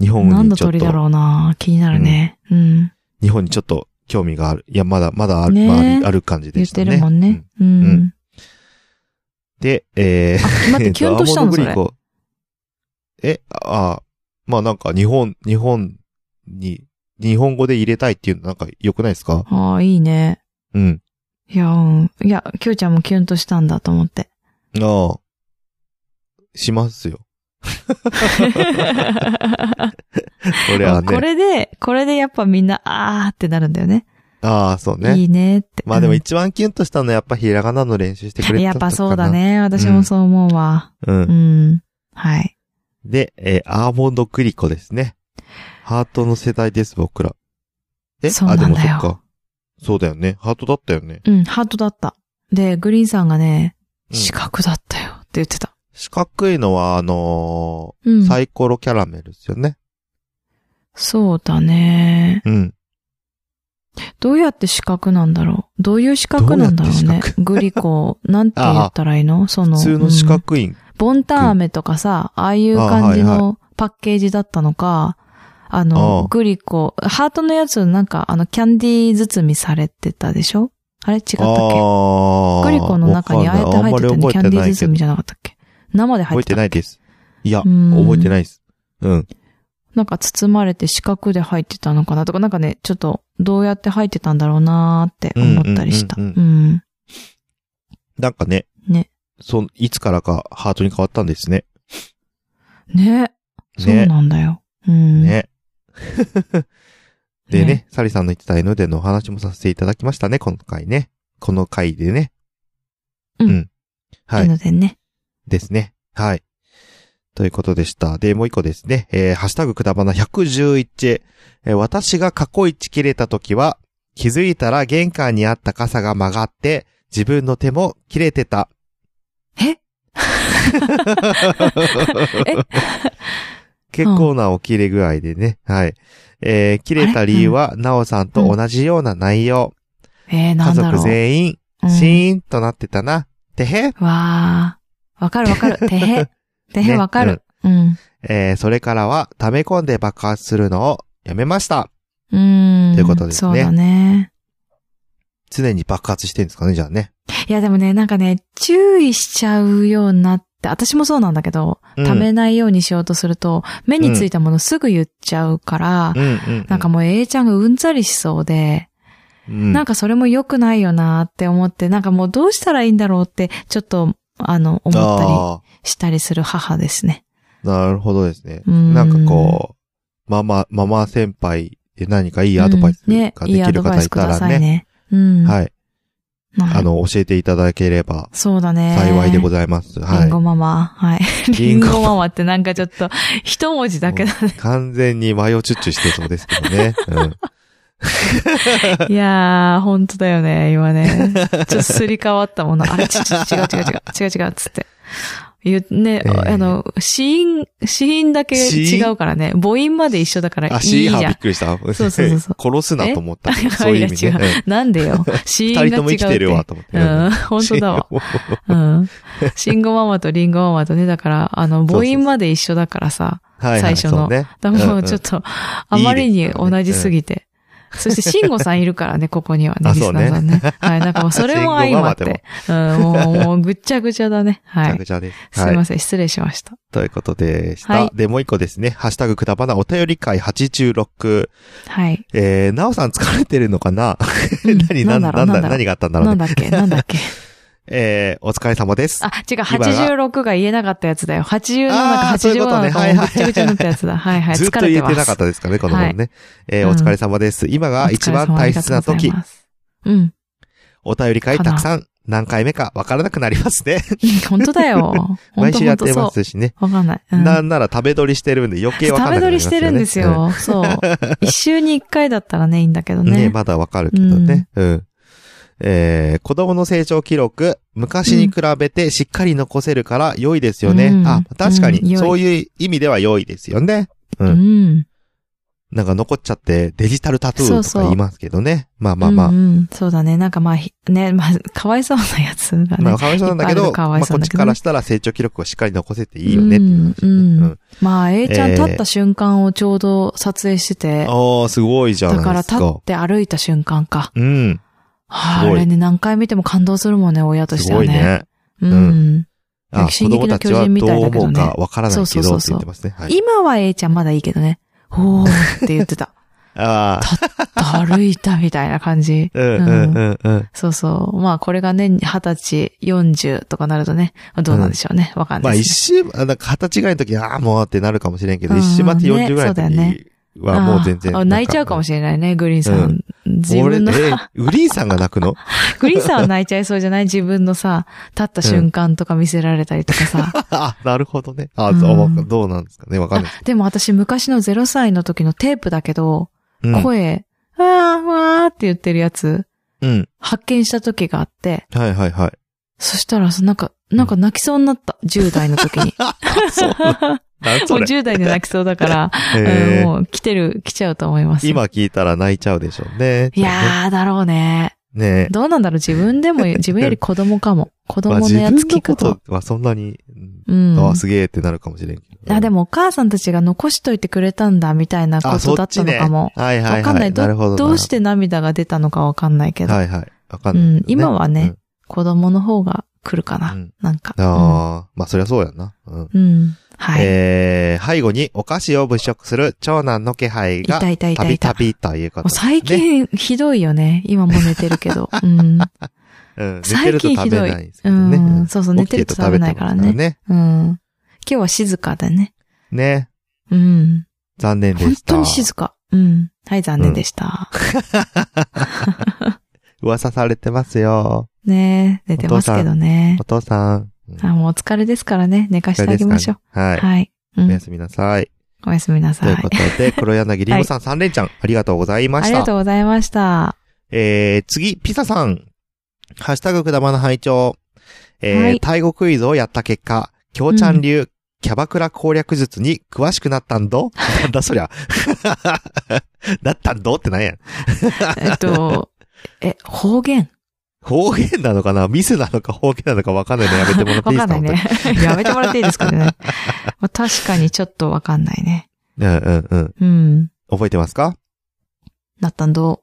Speaker 1: 日本
Speaker 2: 何
Speaker 1: に
Speaker 2: の
Speaker 1: ちょっ
Speaker 2: 鳥だ
Speaker 1: と、
Speaker 2: ろうな気になるね。うん。
Speaker 1: 日本にちょっと興味がある。いや、まだ、まだある、
Speaker 2: ねえ
Speaker 1: まあ、ある感じで
Speaker 2: 言っ
Speaker 1: したね。
Speaker 2: てるもん
Speaker 1: う
Speaker 2: ね。うん。
Speaker 1: うんで、えー、
Speaker 2: 待って、キュンとしたのそ
Speaker 1: えっ
Speaker 2: れ。
Speaker 1: とアーモンドグリコえ、ああ、まあなんか日本、日本に、日本語で入れたいっていうのなんか良くないですか
Speaker 2: ああ、いいね。
Speaker 1: うん。
Speaker 2: いや、うん。いや、きょうちゃんもキュンとしたんだと 思って。
Speaker 1: ああ。しますよ。それはね。
Speaker 2: これで、これでやっぱみんな、あーってなるんだよね。
Speaker 1: ああ、そうね。
Speaker 2: いいねって。
Speaker 1: まあでも
Speaker 2: うん
Speaker 1: 一番キュンとしたのはやっぱひらがなの練習してくれた
Speaker 2: やっぱそうだ
Speaker 1: 時か
Speaker 2: ね。私もそう思うわ。
Speaker 1: な。う。
Speaker 2: うんん。はい。
Speaker 1: で、えーアーモンドグリコですね。ハートの世代です、僕ら。え
Speaker 2: そうなんだよ
Speaker 1: あ、でもそっか。そうだよね。ハートだったよね。
Speaker 2: うん、ハートだった。で、グリーンさんがね、
Speaker 1: うん
Speaker 2: 四角だったよって言ってた。
Speaker 1: 四角いのは、あの
Speaker 2: う
Speaker 1: ー
Speaker 2: ん。
Speaker 1: サイコロキャラメルですよね。
Speaker 2: そうだね。
Speaker 1: うん。
Speaker 2: どうやって四角なんだろうどういう四角なんだろう
Speaker 1: どうやっ
Speaker 2: ね
Speaker 1: て四
Speaker 2: グリコ、なんて言ったらいいのその、
Speaker 1: 普通の四
Speaker 2: うん
Speaker 1: 角い、
Speaker 2: ボンタン飴とかさ、ああいう感じ
Speaker 1: あはい
Speaker 2: のパッケージだったのか、
Speaker 1: あ
Speaker 2: あ
Speaker 1: あ
Speaker 2: の、グリコ、ハートのやつなんかあの、キャンディー包みされてたでしょあれ違ったっけ
Speaker 1: あー
Speaker 2: グリコの中にああやって入
Speaker 1: わかん
Speaker 2: ってたね、
Speaker 1: ない
Speaker 2: キ
Speaker 1: あ
Speaker 2: ャ
Speaker 1: んまり
Speaker 2: ンディ
Speaker 1: 覚えてな
Speaker 2: ー
Speaker 1: いけ
Speaker 2: 包
Speaker 1: ど
Speaker 2: み。じゃなかったっけ生で入
Speaker 1: 覚
Speaker 2: っ
Speaker 1: えて
Speaker 2: てた。
Speaker 1: ないです。いや、
Speaker 2: うん
Speaker 1: 覚えてないです。うん。
Speaker 2: なんか包まれて四角で入ってたのかなとか、なんかね、ちょっとどうやって入ってたんだろうなーって思ったりした。
Speaker 1: う
Speaker 2: うん
Speaker 1: うん
Speaker 2: ん。
Speaker 1: なんかね。
Speaker 2: ね。
Speaker 1: その、いつからかハートに変わったんですね。
Speaker 2: ね。そう
Speaker 1: ね。
Speaker 2: なんだよ。うん。
Speaker 1: ね。でね、サリさんの言ってた江ノ電のお話もさせていただきましたね、今回ね。この回でね。
Speaker 2: うん
Speaker 1: はい
Speaker 2: な。のでね。
Speaker 1: ですね。はい。ということでした。で、もう一個ですね。えー、ハッシュタグくだばな111。えー私が過去一切れた時は、気づいたら玄関にあった傘が曲がって、自分の手も切れてた。
Speaker 2: え
Speaker 1: 結構な起きれ具合でね。はい。えー切れた理由は、なおさんと同じような内容。
Speaker 2: えー、な
Speaker 1: 家
Speaker 2: んだろ
Speaker 1: 族
Speaker 2: う。
Speaker 1: 全員、
Speaker 2: うん
Speaker 1: シーンとなってたな。てへ
Speaker 2: わー。わかるわ かる。てへ。てへ
Speaker 1: ね
Speaker 2: わかる。うん。
Speaker 1: えーそれからは、溜め込んで爆発するのをやめました。
Speaker 2: うん。
Speaker 1: ということですね
Speaker 2: そうだね。
Speaker 1: 常に爆発してるんですかね、じゃあね。
Speaker 2: いやでもね、なんかね、注意しちゃうようになって、私もそうなんだけど、
Speaker 1: うん
Speaker 2: ためないようにしようとすると、目についたものすぐ言っちゃうから、
Speaker 1: うんうん。
Speaker 2: なんか、もう A ちゃんがうんざりしそうで、
Speaker 1: うん、
Speaker 2: なんかそれも良くないよなって思って、なんかもうどうしたらいいんだろうって、ちょっと、あの、思ったり
Speaker 1: あ
Speaker 2: したりする母ですね。
Speaker 1: ーなるほどですね。
Speaker 2: うん
Speaker 1: なんかこう、ママ、ママ先輩で何かいいアドバイス
Speaker 2: うんね
Speaker 1: ができる方いた
Speaker 2: いいアドバイスくだ
Speaker 1: ら
Speaker 2: さ
Speaker 1: ね。
Speaker 2: いね。うん。い。
Speaker 1: はい。あ、の、教えていただければ
Speaker 2: そうだね。
Speaker 1: 幸いでご
Speaker 2: ざい
Speaker 1: ざいます。
Speaker 2: リンゴ
Speaker 1: は
Speaker 2: マ マ。はい。
Speaker 1: リ
Speaker 2: リ
Speaker 1: ン
Speaker 2: ン
Speaker 1: ゴ
Speaker 2: ゴママってなんかちょっと、一文字だ けだ
Speaker 1: い。完全にマヨチュッチュしてそうですけどね。 うん。
Speaker 2: いやー、本当だよね、今ね。ちょっとすり替わったもの。あれ、ちち違う違う違う、違う違う、つって。言うね、
Speaker 1: えー
Speaker 2: あの、死因、死因だけ
Speaker 1: 死因
Speaker 2: 違うからね。母音まで一緒だからい
Speaker 1: あ、
Speaker 2: い
Speaker 1: シー
Speaker 2: じ
Speaker 1: ハー
Speaker 2: ゃ
Speaker 1: びっ
Speaker 2: ん。
Speaker 1: くりした。
Speaker 2: そうそうそう
Speaker 1: 殺すなと思 ったけど。
Speaker 2: え
Speaker 1: そういう意味ね
Speaker 2: いや。なんでよ。死
Speaker 1: うん 二人と
Speaker 2: 因が違うって。
Speaker 1: も生きてるわ、と思って。
Speaker 2: うん、本当だわ。うん。シンゴママとリンゴママとね、だから、あ
Speaker 1: そう
Speaker 2: の、母
Speaker 1: そうそう
Speaker 2: 音まで一緒だからさ。
Speaker 1: はいはい
Speaker 2: 最初の
Speaker 1: そうね
Speaker 2: だからもうちょっ
Speaker 1: と。
Speaker 2: と、あまりに同じすぎて。そして、慎吾さんいる からね、ここにはね、
Speaker 1: あ
Speaker 2: リ
Speaker 1: そ
Speaker 2: ス
Speaker 1: う
Speaker 2: ナ
Speaker 1: ね
Speaker 2: ーさんね。はい、なんかもうそれも相まっ
Speaker 1: 慎吾
Speaker 2: て。うん、もう、もうぐっちゃぐちゃだね。
Speaker 1: ぐ
Speaker 2: は
Speaker 1: ちゃ
Speaker 2: い
Speaker 1: ぐ。ちゃです。
Speaker 2: すいません、失礼しました。
Speaker 1: ということでした。
Speaker 2: はい
Speaker 1: で、もう一個ですね。ハッシュタグくだばなお便り会86。
Speaker 2: はい。
Speaker 1: えー、なおさん疲れてるのかな
Speaker 2: うん
Speaker 1: 何、なんだ、な
Speaker 2: な
Speaker 1: んん
Speaker 2: だろう
Speaker 1: だ、何があったんだろうね
Speaker 2: なん。だっけなんだっけ
Speaker 1: えー、お疲れ様です。
Speaker 2: あ、違う、
Speaker 1: 今が
Speaker 2: 86が言えなかったやつだよ。87
Speaker 1: あ
Speaker 2: か
Speaker 1: ーそういう
Speaker 2: 85
Speaker 1: ことね
Speaker 2: なのかもうぐっちゃぐちゃになったやつだ。はいは い、
Speaker 1: ずっ
Speaker 2: 疲
Speaker 1: と
Speaker 2: れ
Speaker 1: 言え
Speaker 2: てま
Speaker 1: て
Speaker 2: す。
Speaker 1: なかったですからね、この
Speaker 2: は
Speaker 1: 本
Speaker 2: い
Speaker 1: ね。えー、
Speaker 2: うん
Speaker 1: お疲れ様です。今が一番大切な時
Speaker 2: お疲れ様ありがとうござい、ます。うん。
Speaker 1: お便り会たくさん、何回目かわからなくなりますね。
Speaker 2: 本当だよ。本
Speaker 1: 毎
Speaker 2: 当
Speaker 1: 週や
Speaker 2: 本
Speaker 1: っ
Speaker 2: 当
Speaker 1: て
Speaker 2: そ
Speaker 1: ますしね。
Speaker 2: う。わかんない。うん
Speaker 1: なんなら食べ撮りしてるんで余計わかん
Speaker 2: 食
Speaker 1: な
Speaker 2: べ
Speaker 1: くな
Speaker 2: 撮
Speaker 1: りま
Speaker 2: り
Speaker 1: す
Speaker 2: し
Speaker 1: よね。
Speaker 2: てるんですよ。そう。 一週に一回だったらね、いいんだけど
Speaker 1: うん。ね
Speaker 2: ね。
Speaker 1: まだわかるけどね。うん。えー、子供の成長記録、昔に比べてしっかり残せるから良いですよね。
Speaker 2: うん
Speaker 1: あ、確か
Speaker 2: うん良
Speaker 1: に、
Speaker 2: い
Speaker 1: そういう意味では良いですよね。う。
Speaker 2: うんん。
Speaker 1: なんか残っちゃってデジタルタトゥーと
Speaker 2: そ
Speaker 1: か
Speaker 2: うそう
Speaker 1: 言いますけどね。まあまあまあ
Speaker 2: うん。うんそうだね。なんかまあ、ひね、まあ、かわいそうなやつが
Speaker 1: ま
Speaker 2: ね
Speaker 1: あ、。かわいそうなんだけ
Speaker 2: いっぱいあ
Speaker 1: ど、
Speaker 2: るか
Speaker 1: ま
Speaker 2: わ
Speaker 1: あ、
Speaker 2: い
Speaker 1: こ
Speaker 2: そう
Speaker 1: っ
Speaker 2: だ
Speaker 1: ち
Speaker 2: けどね
Speaker 1: からしたら成長記録をしっかり残せていいよねっていう話、ね。
Speaker 2: うんうん
Speaker 1: ん
Speaker 2: まあ、A ちゃん
Speaker 1: えー
Speaker 2: 立った瞬間をちょうど撮影してて。
Speaker 1: ああ、すごいじゃ
Speaker 2: だか
Speaker 1: ない
Speaker 2: ら
Speaker 1: です
Speaker 2: 立
Speaker 1: か。
Speaker 2: って歩いた瞬間か。
Speaker 1: うん。
Speaker 2: は
Speaker 1: す
Speaker 2: あ
Speaker 1: ごい
Speaker 2: あれね、何回見ても感動するもんね、親とし
Speaker 1: す
Speaker 2: ては
Speaker 1: ごい
Speaker 2: ね。
Speaker 1: ね。う
Speaker 2: う。
Speaker 1: んあ、
Speaker 2: 進
Speaker 1: 子
Speaker 2: 撃
Speaker 1: 供た
Speaker 2: の巨
Speaker 1: ちは
Speaker 2: 人み
Speaker 1: ど
Speaker 2: たいうだけどね
Speaker 1: 思うかわからないけ
Speaker 2: そう
Speaker 1: ど
Speaker 2: そう
Speaker 1: って
Speaker 2: そ
Speaker 1: 言っ
Speaker 2: う
Speaker 1: てますね。はい。
Speaker 2: 今は A ちゃんまだいいけどね。ほーって言っ てた。
Speaker 1: ああ、
Speaker 2: 歩いたみたいな感じ。
Speaker 1: うんうんうんうん。
Speaker 2: そうそう。まあこれがね、二十歳、四十とかなるとね、どうなんでしょうね。わかん
Speaker 1: ま
Speaker 2: な
Speaker 1: あ
Speaker 2: い
Speaker 1: 一
Speaker 2: です、
Speaker 1: 周、あなんか二十歳ぐらいの時、ああ、もうってなるかもしれんけど、
Speaker 2: うん
Speaker 1: 一
Speaker 2: うん
Speaker 1: 周待って40ぐらいの
Speaker 2: ねそうだよ
Speaker 1: 時はもう全然。
Speaker 2: ああ泣いちゃうかも
Speaker 1: し
Speaker 2: しれないね、グリーンさん。自
Speaker 1: 俺、え
Speaker 2: 分の、
Speaker 1: ー、ウリーさんが泣くの
Speaker 2: グリーンさんは泣いちゃいそうじゃない自分のさ、立った瞬間とか見せられたりとかさ。
Speaker 1: あ、なるほどね。あ、
Speaker 2: うん
Speaker 1: そうどうなんですかねわかんないです
Speaker 2: あでも私昔の0歳の時のテープだけど、
Speaker 1: けど。
Speaker 2: 声、わーわーって言ってるやつ、
Speaker 1: うん。うん。
Speaker 2: 発見した時があって、
Speaker 1: はいはいはい。
Speaker 2: そしたらさ、なんか、なんか泣きそうになった。10代の時に。
Speaker 1: あ、 そう。なん
Speaker 2: も
Speaker 1: そうれ。
Speaker 2: 10代で泣きそうだから、
Speaker 1: へ
Speaker 2: うん
Speaker 1: ー
Speaker 2: もう来てる、来ちゃうと思います。
Speaker 1: 今聞いたら泣いちゃうでしょうね。
Speaker 2: いやー、だろうね。
Speaker 1: ねえ。
Speaker 2: どうなんだろう自分 でも、自分より子供かも。子
Speaker 1: まあ
Speaker 2: 供の
Speaker 1: 自
Speaker 2: や
Speaker 1: 分
Speaker 2: つ聞
Speaker 1: の
Speaker 2: く。
Speaker 1: こととはそんなに、うん
Speaker 2: うん。
Speaker 1: ああ、すげえってなるかもしれんけど。
Speaker 2: あ、でもお母さんたちが残しといてくれたんだ、みたいなこ
Speaker 1: あ、
Speaker 2: と
Speaker 1: そ
Speaker 2: だ
Speaker 1: った
Speaker 2: っ
Speaker 1: ち
Speaker 2: の
Speaker 1: ね。
Speaker 2: かも。
Speaker 1: はいはいは
Speaker 2: わ
Speaker 1: い。
Speaker 2: かんない。
Speaker 1: なるほ
Speaker 2: ど、
Speaker 1: ど。
Speaker 2: どうして涙が出たのかわかんないけど、
Speaker 1: はいはい。わかんないけどね。
Speaker 2: うん今はね
Speaker 1: うん。
Speaker 2: 子供の方が来るかな。
Speaker 1: うん
Speaker 2: なんか。
Speaker 1: ああ、まあそりゃそうやな。うん。
Speaker 2: うん。うん。はい。
Speaker 1: えー、背後にお菓子を物色する長男の気配
Speaker 2: い
Speaker 1: が
Speaker 2: た、いたい
Speaker 1: た
Speaker 2: たい
Speaker 1: びた
Speaker 2: た。
Speaker 1: びというこ
Speaker 2: もう
Speaker 1: と。
Speaker 2: 最近ひどいよね。今も寝てる けど。うん。
Speaker 1: うん、寝てる
Speaker 2: 最
Speaker 1: と
Speaker 2: 近
Speaker 1: 食
Speaker 2: ひ
Speaker 1: べ
Speaker 2: どい。
Speaker 1: ないですけ
Speaker 2: う
Speaker 1: どね。
Speaker 2: ん。そうそう、寝てると食べないから
Speaker 1: 起きて
Speaker 2: ね
Speaker 1: る。と食べてます
Speaker 2: うん。今日は静かだね。
Speaker 1: からね。ね。
Speaker 2: うん。
Speaker 1: 残念で
Speaker 2: 本
Speaker 1: した。
Speaker 2: 当に静か。うん。はい、残念でした。
Speaker 1: 噂されてますよ。
Speaker 2: ねえ寝てますけどね
Speaker 1: お。父さん。うん
Speaker 2: あ、もうお疲れですからね。寝かしてあげましょう。
Speaker 1: はい。
Speaker 2: はい。う
Speaker 1: おや
Speaker 2: ん
Speaker 1: すみなさい。
Speaker 2: おやすみな
Speaker 1: と
Speaker 2: さ
Speaker 1: い。
Speaker 2: いう
Speaker 1: こと で、黒柳りんごさん3連チャン、ありがとうございま
Speaker 2: あ
Speaker 1: し
Speaker 2: りが
Speaker 1: た。
Speaker 2: とうござい ました。
Speaker 1: えー、次、ピサさん。ハッシュタグくだまの拝聴えー
Speaker 2: はい
Speaker 1: タイ語クイズをやった結果、きょうちゃん流、キャバクラ攻略術に詳しくなったんど なんだそりゃ。なったんどってなんや。
Speaker 2: えっと、え、方言
Speaker 1: 方言なのかなミスなのか方言なのかわかんないのやめてもらっていいですか
Speaker 2: わかんないね。やめてもらっていいですかね。 まあ確かにちょっとわかんないね。
Speaker 1: 本当にうんうんうん。
Speaker 2: うん。
Speaker 1: 覚えてますか
Speaker 2: なったんど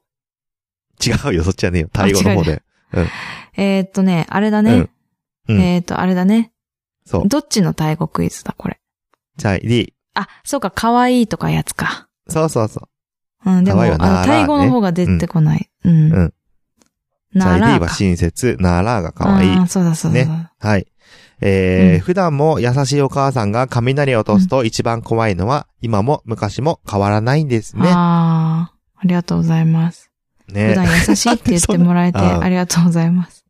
Speaker 1: 違うよ、そっちはねえよ。タイ語の方で。
Speaker 2: う。えーっとね、あれだね。
Speaker 1: うんうん
Speaker 2: えーっと、あれだね。
Speaker 1: そう。
Speaker 2: どっちのタイ語クイズだ、これ。
Speaker 1: チャイリ
Speaker 2: あ、そうか、可愛いとかやつか。
Speaker 1: ー。そうそうそう。
Speaker 2: うん、でも、
Speaker 1: 可
Speaker 2: あ
Speaker 1: 愛いはな
Speaker 2: の、
Speaker 1: ら
Speaker 2: タイ語の方が出てこない。うん。
Speaker 1: うんチャ
Speaker 2: な
Speaker 1: イリ
Speaker 2: ら
Speaker 1: ーは
Speaker 2: か。
Speaker 1: 親切、ナーラーが可愛い
Speaker 2: あ。ーそうだそうだそうだ。
Speaker 1: はい。えー
Speaker 2: うん
Speaker 1: 普段も優しいお母さんが雷を落とすと一番怖いのは、今も昔も変わらないんですね。
Speaker 2: ああ、ありがとうございます。普
Speaker 1: ね
Speaker 2: 段。優しいって言ってもらえ て
Speaker 1: そんなうん
Speaker 2: ありがとうございます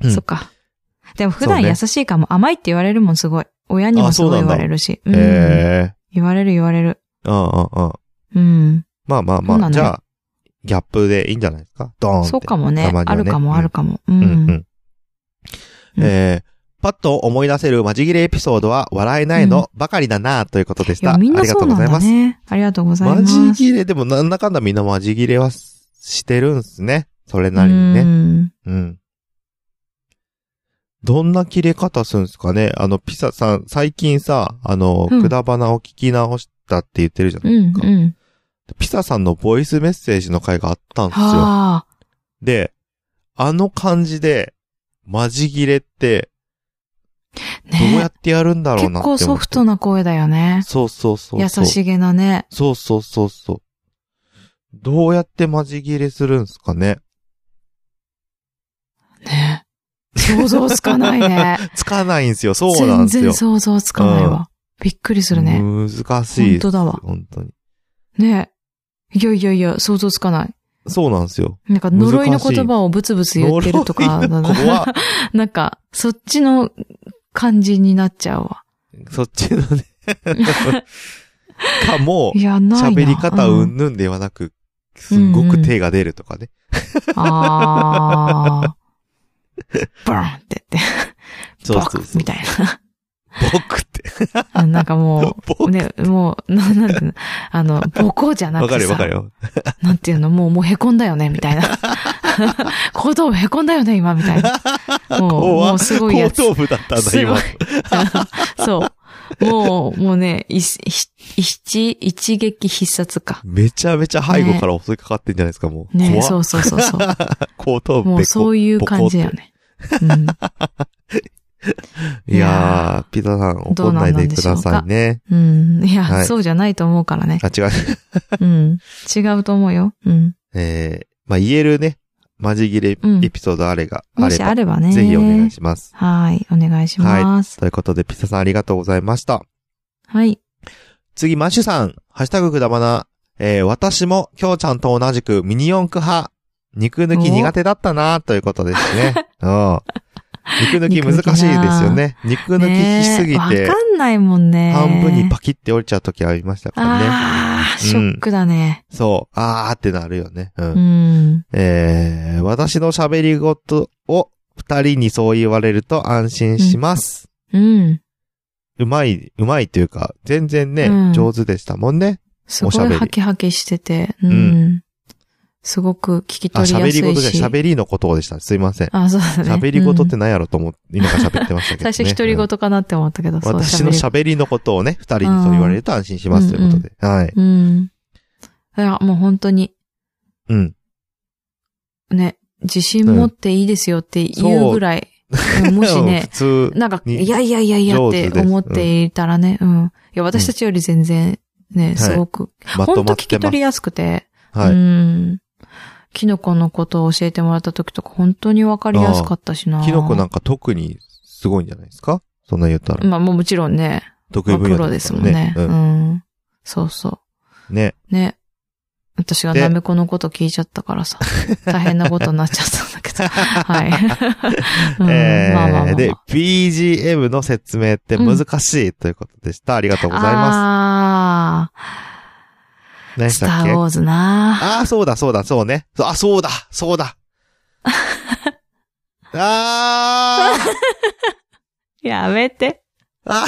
Speaker 1: うん。
Speaker 2: そっか。でも普
Speaker 1: そ
Speaker 2: 段
Speaker 1: うね
Speaker 2: 優しいかも甘いって言われるもんすごい。親にもすごい
Speaker 1: あそうな
Speaker 2: 言
Speaker 1: んだ
Speaker 2: われるし。うん
Speaker 1: え
Speaker 2: 言われる言われる。
Speaker 1: ー、うんうんうん。
Speaker 2: うん。
Speaker 1: まあまあ
Speaker 2: そ
Speaker 1: ま
Speaker 2: う
Speaker 1: あ、
Speaker 2: だね
Speaker 1: じゃあ、ギャップでいいんじゃないですかドーンって。
Speaker 2: そうかもね
Speaker 1: たまに
Speaker 2: あ
Speaker 1: は
Speaker 2: るかもあるかも。う。
Speaker 1: うんうんん。えー、パッと思い出せるマジギレエピソードは笑えないのばかりだなということでし
Speaker 2: い
Speaker 1: た。
Speaker 2: や、みん
Speaker 1: あ
Speaker 2: な
Speaker 1: りが
Speaker 2: そ
Speaker 1: と
Speaker 2: う
Speaker 1: うござ
Speaker 2: なん
Speaker 1: い
Speaker 2: だ
Speaker 1: ます。
Speaker 2: ね。ありがとうございま
Speaker 1: マ
Speaker 2: す。
Speaker 1: ジギレでもなんだかんだみんなマジギレはしてるんすね。それなりにね。
Speaker 2: ね。
Speaker 1: うん。どんな切れ方するんですかねあの、ピサさん、最近さ、あの、
Speaker 2: うん
Speaker 1: くだばなを聞き直したって言ってるじゃ
Speaker 2: う
Speaker 1: ないです
Speaker 2: ん、
Speaker 1: か。
Speaker 2: うん。
Speaker 1: ピサさんのボイスメッセージの回があったんですよ。
Speaker 2: はあ。
Speaker 1: で、あの感じで、マジギレって、どうや
Speaker 2: ね
Speaker 1: ってやるんだろう
Speaker 2: 結
Speaker 1: なって思
Speaker 2: 構
Speaker 1: って。
Speaker 2: ソフトな声だよね。
Speaker 1: そうそうそう
Speaker 2: 優
Speaker 1: そう。
Speaker 2: しげなね。
Speaker 1: そうそうそうそう。どうやってマジギレするんですかね
Speaker 2: ね想像つかないね。
Speaker 1: つかないんですよ。 そうなんですよ。
Speaker 2: 全然想像つかないわ。びっくりするね。
Speaker 1: 難しいっす。
Speaker 2: 本当だわ
Speaker 1: 本当に。
Speaker 2: ねいやいやいや、想像つかない。
Speaker 1: そうなんですよ。
Speaker 2: なんか呪いの言葉をブツブツ言ってるとか
Speaker 1: 呪
Speaker 2: だ
Speaker 1: いの
Speaker 2: な。
Speaker 1: 子は、
Speaker 2: なんか、そっちの感じになっちゃうわ。
Speaker 1: そっちの ね、かも
Speaker 2: い、や、ないな。
Speaker 1: 喋り方
Speaker 2: う。
Speaker 1: うんんぬんではなく、すごく手が出るとかね。
Speaker 2: あ ー。バーンって言って。
Speaker 1: そうそう
Speaker 2: バ
Speaker 1: そ
Speaker 2: ク
Speaker 1: う
Speaker 2: み。たい
Speaker 1: 僕って。
Speaker 2: な。なんかもう、
Speaker 1: 僕
Speaker 2: ね、もう、ななんていうの、あの、ボコじゃな
Speaker 1: わ
Speaker 2: く
Speaker 1: かる
Speaker 2: て
Speaker 1: よわか
Speaker 2: さ
Speaker 1: る、よ。
Speaker 2: なんていうの、もう、もう凹んだよね、みた いな。後頭部凹んだよね、今、みたいな。 もう、
Speaker 1: 怖
Speaker 2: もうすごいや
Speaker 1: 後
Speaker 2: つ。
Speaker 1: 頭部だったんだ、
Speaker 2: すご
Speaker 1: 今
Speaker 2: い。。そう。もう、もうね、いし一、一撃必殺か。
Speaker 1: めちゃめちゃ背後から襲いかかってんじゃないですか、もう。
Speaker 2: ねそ
Speaker 1: 怖っ
Speaker 2: うそうそ うそう。
Speaker 1: 後頭部
Speaker 2: も
Speaker 1: で
Speaker 2: う
Speaker 1: こ。
Speaker 2: そうういう感じだよね。うん。
Speaker 1: いやー、ピザさん怒んないでくださいね。
Speaker 2: うん。いや、
Speaker 1: はい
Speaker 2: そうじゃないと思うからね
Speaker 1: あ、。違う。
Speaker 2: うん。違うと思うよ。うん。
Speaker 1: えー、まあ、言えるね、マジギレエ
Speaker 2: うん
Speaker 1: ピソードあれが、あ
Speaker 2: も
Speaker 1: れ
Speaker 2: し
Speaker 1: ば
Speaker 2: あ、ればね。
Speaker 1: ぜひお願いします。
Speaker 2: はい。お願いします。
Speaker 1: ということで、ピサさんありがとうございました。
Speaker 2: はい。
Speaker 1: 次、マッシュさん。ハッシュタグくだばな。えー、私も、きょうちゃんと同じくミニ四駆派。肉抜き苦手だったなということです ね。うん。肉抜き難しいですよね。肉抜きしすぎ
Speaker 2: ねえ
Speaker 1: て
Speaker 2: わ、かんないもんね。
Speaker 1: 半分にパキって折れちゃう時ありましたからね。
Speaker 2: ああ、
Speaker 1: うん
Speaker 2: ショックだね。
Speaker 1: そう。あーってなるよね。うん。
Speaker 2: うん。
Speaker 1: えー、私の喋り事を二人にそう言われると安心します。
Speaker 2: うん。
Speaker 1: うまい、うまいというか、全然ね、
Speaker 2: うん
Speaker 1: 上手でしたもんね。
Speaker 2: す
Speaker 1: おしゃ
Speaker 2: ご
Speaker 1: べ
Speaker 2: い
Speaker 1: り
Speaker 2: ハキハキしてて、うん。
Speaker 1: う
Speaker 2: すごく聞き
Speaker 1: あ、
Speaker 2: 取りやす
Speaker 1: 喋
Speaker 2: いし。
Speaker 1: り事じゃない、喋りのことでした。すいません。
Speaker 2: あ、そうだね。
Speaker 1: 喋り事って
Speaker 2: うん
Speaker 1: 何やろと思って、今から喋ってましたけど、
Speaker 2: 最
Speaker 1: ね。
Speaker 2: 初独り
Speaker 1: うん
Speaker 2: 言かなって思ったけど、そう
Speaker 1: 私の喋りのことをね、二人にそう言われると安心しますということで。はい。
Speaker 2: り。うん。いや、もう本当に、
Speaker 1: うん。
Speaker 2: ね、自信持っていいですよって言うぐらい、うんもしね、
Speaker 1: 普通、
Speaker 2: なんか、
Speaker 1: に
Speaker 2: いやいやいやいやっ
Speaker 1: 上手
Speaker 2: て
Speaker 1: です
Speaker 2: 思っていたらね、うん。いや、私たちより全然、ね、すごく、
Speaker 1: まと
Speaker 2: 本
Speaker 1: ま
Speaker 2: 当
Speaker 1: っ
Speaker 2: 聞き
Speaker 1: てま
Speaker 2: 取
Speaker 1: す
Speaker 2: り。やすくて、
Speaker 1: は
Speaker 2: う
Speaker 1: い。
Speaker 2: ん。キノコのことを教えてもらった時とか本当にわかりやすかったしな。
Speaker 1: キノコなんか特にすごいんじゃないですかそんな言ったら。
Speaker 2: まあもうもちろんね、
Speaker 1: 得
Speaker 2: ま
Speaker 1: 意
Speaker 2: あ、
Speaker 1: 分
Speaker 2: プ
Speaker 1: 野
Speaker 2: ロですもんね
Speaker 1: う。
Speaker 2: うんん。そうそ
Speaker 1: ね。
Speaker 2: う。ね。私が
Speaker 1: で
Speaker 2: ナメコのこと聞いちゃったからさ、大変なことになっちゃったんだけ ど。はい。うん
Speaker 1: え
Speaker 2: まあまあまあま
Speaker 1: ー、
Speaker 2: あ
Speaker 1: で、BGM の説明って難しいということでした。ありがとうございま
Speaker 2: あ
Speaker 1: す。何
Speaker 2: ー、
Speaker 1: でし
Speaker 2: ス
Speaker 1: た
Speaker 2: タ
Speaker 1: っけ
Speaker 2: ーウォーズな
Speaker 1: ああ、そうだ、そうだ、そうね。そうあ、そうだ、そうだ。 ああ
Speaker 2: やめて。
Speaker 1: あ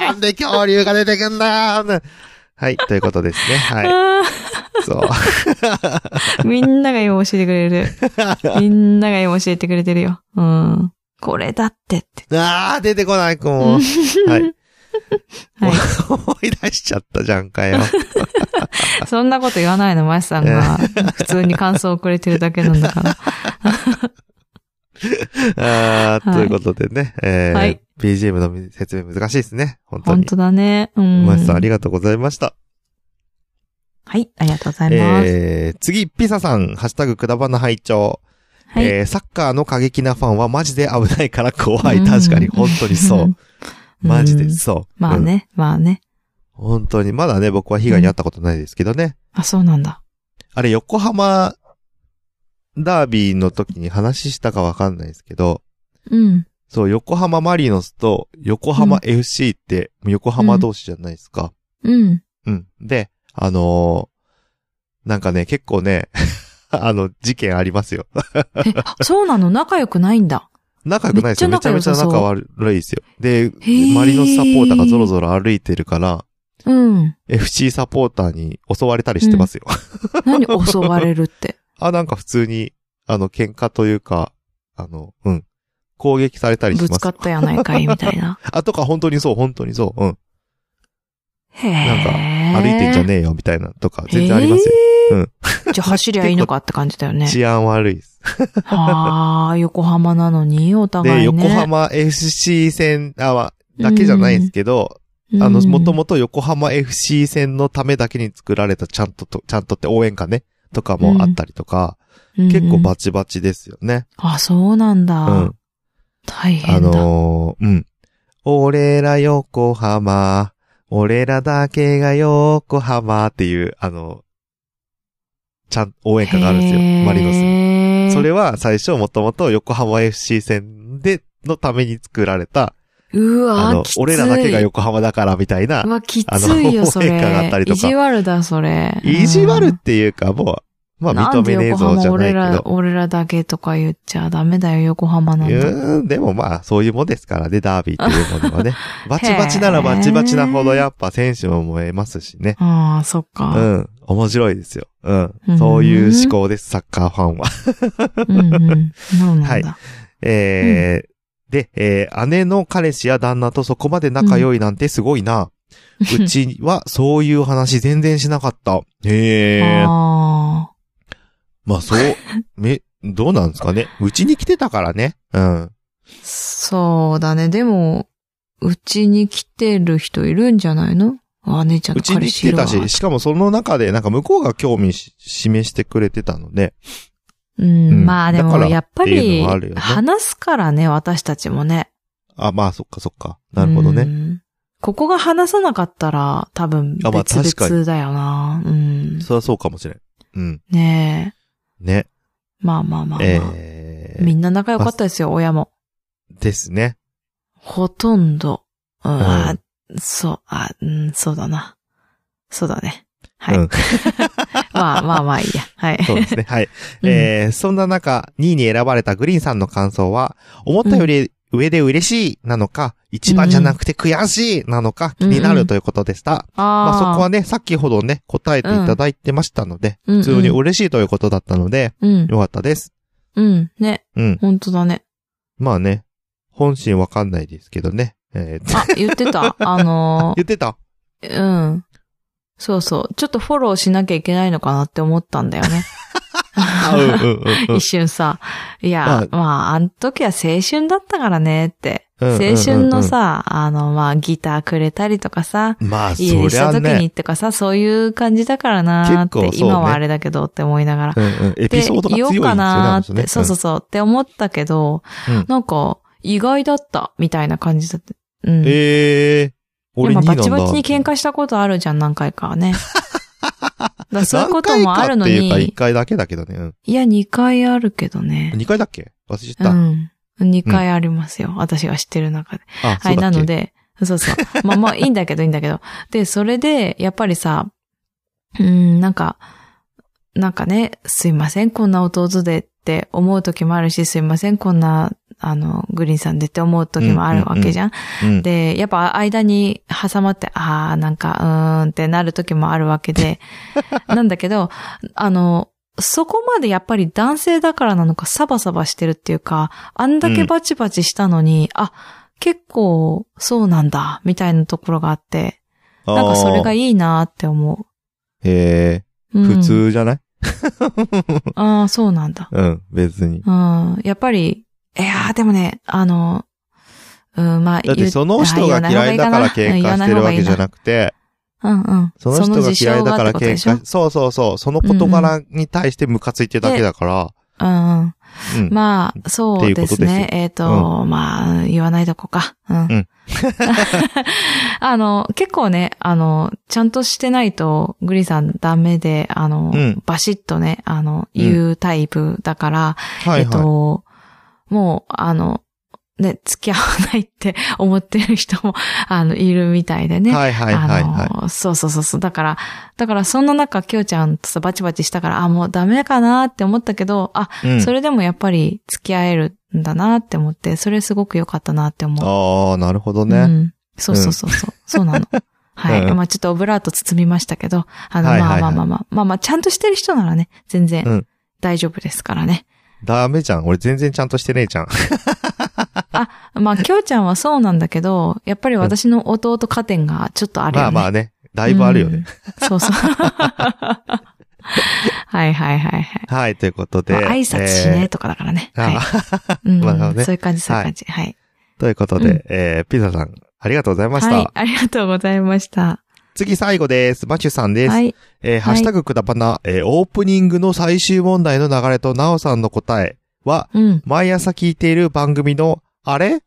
Speaker 1: なんで恐竜が出てくんだよはい、ということですね。は
Speaker 2: あ
Speaker 1: い。そう。
Speaker 2: ーみんなが今教えてく れる。みんなが今教えてくれてるよ。うん。これだってって。
Speaker 1: あー、出てこない、 もう。はい。
Speaker 2: はい。
Speaker 1: 思い出しちゃったじゃんかよ。
Speaker 2: そんなこと言わないの、まやさんが。普通に感想をくれてるだけなんだから。
Speaker 1: あー
Speaker 2: はい
Speaker 1: ということでね。えー
Speaker 2: はい。
Speaker 1: BGM の説明難しいですね。 本当
Speaker 2: 本
Speaker 1: に。
Speaker 2: 当だね。うん。
Speaker 1: まさんありがとうございました。
Speaker 2: はい、ありがとうございます。
Speaker 1: えー、次、ピサさん、ハッシュタグくだばな拝聴、
Speaker 2: はい。
Speaker 1: えー、サッカーの過激なファンはマジで危ないから怖い。
Speaker 2: うん
Speaker 1: 確かに、本当にそう。マジで
Speaker 2: うん
Speaker 1: そう。
Speaker 2: まあ
Speaker 1: うん。
Speaker 2: ね、まあね。
Speaker 1: 本当に、まだね、僕は被害に遭ったことないですけどね。
Speaker 2: あ、そうなんだ。
Speaker 1: あれ、横浜ダービーの時に話したかわかんないですけど、
Speaker 2: うん。
Speaker 1: そう、横浜マリノスと横浜 FC って、横浜同士じゃないですか。
Speaker 2: うん。
Speaker 1: うん。で、あのーなんかね、結構ね、 あの、事件ありますよ。
Speaker 2: え、あそうなの仲良くないんだ。
Speaker 1: 仲良くないですよ。
Speaker 2: め
Speaker 1: め
Speaker 2: っ
Speaker 1: ち
Speaker 2: ち
Speaker 1: ゃ
Speaker 2: ゃ仲良
Speaker 1: めちゃ
Speaker 2: さそう
Speaker 1: 仲悪いですよ。で
Speaker 2: ー、
Speaker 1: マリノスサポーターがぞろぞろ歩いてるから、
Speaker 2: うん。
Speaker 1: FC サポーターに襲われたりしてますよ。
Speaker 2: 何襲われる って。
Speaker 1: あ、なんか普通に、あの、喧嘩というか、あの、うん。攻撃されたりし
Speaker 2: ぶ
Speaker 1: ます
Speaker 2: つか。ったやないかい、み たいな。
Speaker 1: あ、とか本当にそう、本当にそう、うん。
Speaker 2: へえ。
Speaker 1: 歩いてんじゃねえよ、みたいな、とか、全然ありますよ。
Speaker 2: へー
Speaker 1: うん
Speaker 2: じゃあ走りゃいいのかって感じだよ ね。
Speaker 1: 治安悪いです。
Speaker 2: はあ、横浜なのに、お
Speaker 1: で、
Speaker 2: 互いね。
Speaker 1: 横浜 FC 戦、あ、はだけじゃないんですけど、あの、もと
Speaker 2: も
Speaker 1: もと横浜 FC 戦のためだけに作られたちゃんとと、ちゃんとって応援歌ね、とかもあったりとか、結構バチバチですよね。
Speaker 2: あ、そうなんだ。
Speaker 1: うん
Speaker 2: 大
Speaker 1: あ
Speaker 2: 変だ。
Speaker 1: のーうん。俺ら横浜、俺らだけが横浜っていう、あの、ちゃん、応援歌があるんですよ、マリノスに。
Speaker 2: ノ
Speaker 1: それは最初もともと横浜 FC 戦で、のために作られた、
Speaker 2: うわ
Speaker 1: あの
Speaker 2: き、つい
Speaker 1: 俺らだけが横浜だからみたいうな、
Speaker 2: わ、きつい
Speaker 1: あ
Speaker 2: よ、
Speaker 1: の
Speaker 2: それ。
Speaker 1: 応援歌があったりと
Speaker 2: 意
Speaker 1: か
Speaker 2: 地悪だ、それ。
Speaker 1: 意地悪
Speaker 2: う
Speaker 1: っ
Speaker 2: ん
Speaker 1: ていうか、もう、まあ
Speaker 2: なん
Speaker 1: 認
Speaker 2: で
Speaker 1: めねえ
Speaker 2: 横
Speaker 1: ぞ
Speaker 2: 浜
Speaker 1: じゃな
Speaker 2: 俺
Speaker 1: いけ
Speaker 2: ら、
Speaker 1: ど。
Speaker 2: 俺らだけとか言っちゃダメだよ、横浜なん
Speaker 1: う
Speaker 2: だ。
Speaker 1: ーん、でもまあ、そういうもんですからね、ダービーっていうものは ね。バチバチならバチバチなほどやっぱ選手も燃えますしね。
Speaker 2: ああ、そっ
Speaker 1: う
Speaker 2: か。
Speaker 1: ん。面白いですよ。うん。
Speaker 2: うん
Speaker 1: そういう思考です、サッカーファンは。
Speaker 2: うんうん。そうなんだ。
Speaker 1: えーで、えー姉の彼氏や旦那とそこまで仲良いなんてすごいな。うちはそういう話全然しなかった。へえ。
Speaker 2: あ
Speaker 1: まあそう、め、どうなんですかね。うちに来てたからね。うん。
Speaker 2: あ、そうだね。でも、うちに来てる人いるんじゃないの姉ちゃん
Speaker 1: う
Speaker 2: の
Speaker 1: ち
Speaker 2: 彼
Speaker 1: に来
Speaker 2: 氏い
Speaker 1: て
Speaker 2: るわ
Speaker 1: たし、しかもその中でなんか向こうが興味し示してくれてたので。
Speaker 2: うん、
Speaker 1: うん
Speaker 2: まあで
Speaker 1: だか
Speaker 2: も、
Speaker 1: ら
Speaker 2: やっぱ
Speaker 1: っていう
Speaker 2: り
Speaker 1: のはあるよ、ね
Speaker 2: 話すからね、私たちもね。
Speaker 1: あ、まあそっかそっか。なるほど
Speaker 2: う
Speaker 1: ね。
Speaker 2: ん。ここが話さなかったら、多分、
Speaker 1: あまあ
Speaker 2: 別々だよな。うん。
Speaker 1: そりゃそうかもしれん。うん。
Speaker 2: ねえ。
Speaker 1: ね。
Speaker 2: まあまあまあ、まあ
Speaker 1: え
Speaker 2: み
Speaker 1: ー、
Speaker 2: んな仲良かったですよ、親も。
Speaker 1: ですね。
Speaker 2: ほとんど。うん、あそう、あ、うん、そうだな。そうだね。はい。
Speaker 1: うん
Speaker 2: まあまあまあいいや。はい。
Speaker 1: そうですね。はい。
Speaker 2: うん
Speaker 1: えー、そんな中、2位に選ばれたグリーンさんの感想は、思ったより上で嬉しいなのか、一番じゃなくて悔しいなのか、気にな
Speaker 2: うんうん
Speaker 1: るということでした。
Speaker 2: あー、
Speaker 1: まあ、そこはね、先ほどね、答えていただいてましたので、
Speaker 2: うん
Speaker 1: 普通に嬉しいということだったので、
Speaker 2: うん。
Speaker 1: よかったです。
Speaker 2: うん。ね。
Speaker 1: うん。
Speaker 2: 本当だね。
Speaker 1: まあね、本心わかんないですけどね。えー、
Speaker 2: あ、言って た。あのー
Speaker 1: 言ってた
Speaker 2: うん。そうそう。ちょっとフォローしなきゃいけないのかなって思ったんだよね。
Speaker 1: あ、うんうんうんうん
Speaker 2: 一瞬さ。いや、まあ、あの時は青春だったからねって。
Speaker 1: うんうんうんうん
Speaker 2: 青春のさ、あの、まあ、ギターくれたりとかさ、
Speaker 1: まあ、そ
Speaker 2: 家出し
Speaker 1: り
Speaker 2: た
Speaker 1: ゃ
Speaker 2: 時に
Speaker 1: ね、
Speaker 2: とかさ、そういう感じだからなーっ
Speaker 1: 結
Speaker 2: て、
Speaker 1: 構そうね
Speaker 2: 今はあれだけどって思いながら。
Speaker 1: うんうん、エピ
Speaker 2: で、
Speaker 1: ソードが強いんです
Speaker 2: 言おう
Speaker 1: よね。
Speaker 2: かなーって、
Speaker 1: あの人ね
Speaker 2: そうそうそう、って思ったけど、
Speaker 1: うん
Speaker 2: なんか、意外だった、みたいな感じだった。うん。
Speaker 1: ええー、俺
Speaker 2: で
Speaker 1: 2
Speaker 2: も
Speaker 1: 位なんだ
Speaker 2: バチバチに喧嘩したことあるじゃん、何回か はね。だからそういうこともある
Speaker 1: 何回かっ
Speaker 2: の
Speaker 1: ていう
Speaker 2: に
Speaker 1: か、1、回だけだけどね。うん。
Speaker 2: いや、2回あるけどね。
Speaker 1: 2回だっけ忘れちゃっ
Speaker 2: う
Speaker 1: た。
Speaker 2: ん。2回ありますよ、私が知ってる中で。
Speaker 1: あ、
Speaker 2: はい、
Speaker 1: そうだ
Speaker 2: な
Speaker 1: っけ
Speaker 2: ので、そうそう。 まあまあ、いいんだけど、いいんだけど。で、それで、やっぱりさ、うーん、なんか、なんかね、すいません、こんな弟でって思う時もあるし、すいません、こんな、あの、グリーンさんでって思う時もあるわけじゃん。
Speaker 1: うん。
Speaker 2: で、やっぱ間に挟まって、ああ、なんか、うーんってなる時もあるわ けで。なんだけど、あの、そこまでやっぱり男性だからなのかサバサバしてるっていうか、あんだけバチバチしたのに、あ、結構そうなんだ、みたいなところがあって、なんかそれが
Speaker 1: いい。
Speaker 2: いいなって思
Speaker 1: へ
Speaker 2: う。う
Speaker 1: え、
Speaker 2: ん
Speaker 1: 普。通じゃない
Speaker 2: ああ、そうなんだ。
Speaker 1: うん、別に。
Speaker 2: うん。やっぱり、いやーでもね、あの、うん、まあ、
Speaker 1: だってその人が嫌いだから喧嘩してるわけじゃなくて、
Speaker 2: うんうん。
Speaker 1: その人が嫌いだから
Speaker 2: その事象がってこと
Speaker 1: 喧
Speaker 2: でしょ
Speaker 1: 嘩、そうそうそう、その事柄に対してムカついてるだけだから、
Speaker 2: うんうん。
Speaker 1: うん。
Speaker 2: まあ、そう
Speaker 1: っていう
Speaker 2: で
Speaker 1: こと
Speaker 2: す
Speaker 1: ですよ
Speaker 2: ね。えっ、と、まあ、言わないとこか。うん。
Speaker 1: うん
Speaker 2: あの、結構ね、あの、ちゃんとしてないと、グリさんダメで、あの、
Speaker 1: うん
Speaker 2: バシッとね、あの、
Speaker 1: うん
Speaker 2: 言うタイプだから、
Speaker 1: はい
Speaker 2: えっ、
Speaker 1: は
Speaker 2: と、もう、あの、ね、付き合わないって思ってる人も、あの、いるみたいで
Speaker 1: い。
Speaker 2: ね。
Speaker 1: はいはいはいはい。
Speaker 2: あの、そうそうそうそう。だから、だからそんな中、きょうちゃんとさ、バチバチしたから、あ、もうダメかなって思ったけど、あ、
Speaker 1: うん
Speaker 2: それでもやっぱり付き合えるんだなって思って、それすごく良かったなって思う。
Speaker 1: ああ、なるほど
Speaker 2: う
Speaker 1: ね。
Speaker 2: ん。そうそうそうそう。そうなの。はい。
Speaker 1: うん
Speaker 2: まあちょっとオブラート包みましたけど、あの、
Speaker 1: はいはいはい
Speaker 2: まあまあまあまあ、まあまあちゃんとしてる人ならね、全
Speaker 1: う
Speaker 2: 然
Speaker 1: ん
Speaker 2: 大丈夫ですからね。
Speaker 1: ダメじゃん。俺全然ちゃんとしてねえじゃん。
Speaker 2: まあきょうちゃんはそうなんだけど、やっぱり私の弟加点がちょっとあるよ
Speaker 1: ま
Speaker 2: ね。
Speaker 1: あまあね。だいぶあるよね。
Speaker 2: うん。そうそう。はいはいはいはい。
Speaker 1: はい、ということで。
Speaker 2: まあ挨拶しねとかだからね。
Speaker 1: えー
Speaker 2: はい。
Speaker 1: あ
Speaker 2: うん
Speaker 1: まあね
Speaker 2: そういう感じ、そういう感じ。はい。
Speaker 1: ということ
Speaker 2: うん
Speaker 1: で、えーピザさん、ありがとうございまし
Speaker 2: はい
Speaker 1: た。。
Speaker 2: ありがとうございました。
Speaker 1: 次最後です。マチュさんです。
Speaker 2: はい。
Speaker 1: えーハッシュタグくだばな、えーオープニングの最終問題の流れと、なおさんの答えは、
Speaker 2: うん。
Speaker 1: 毎朝聞いている番組の、あれ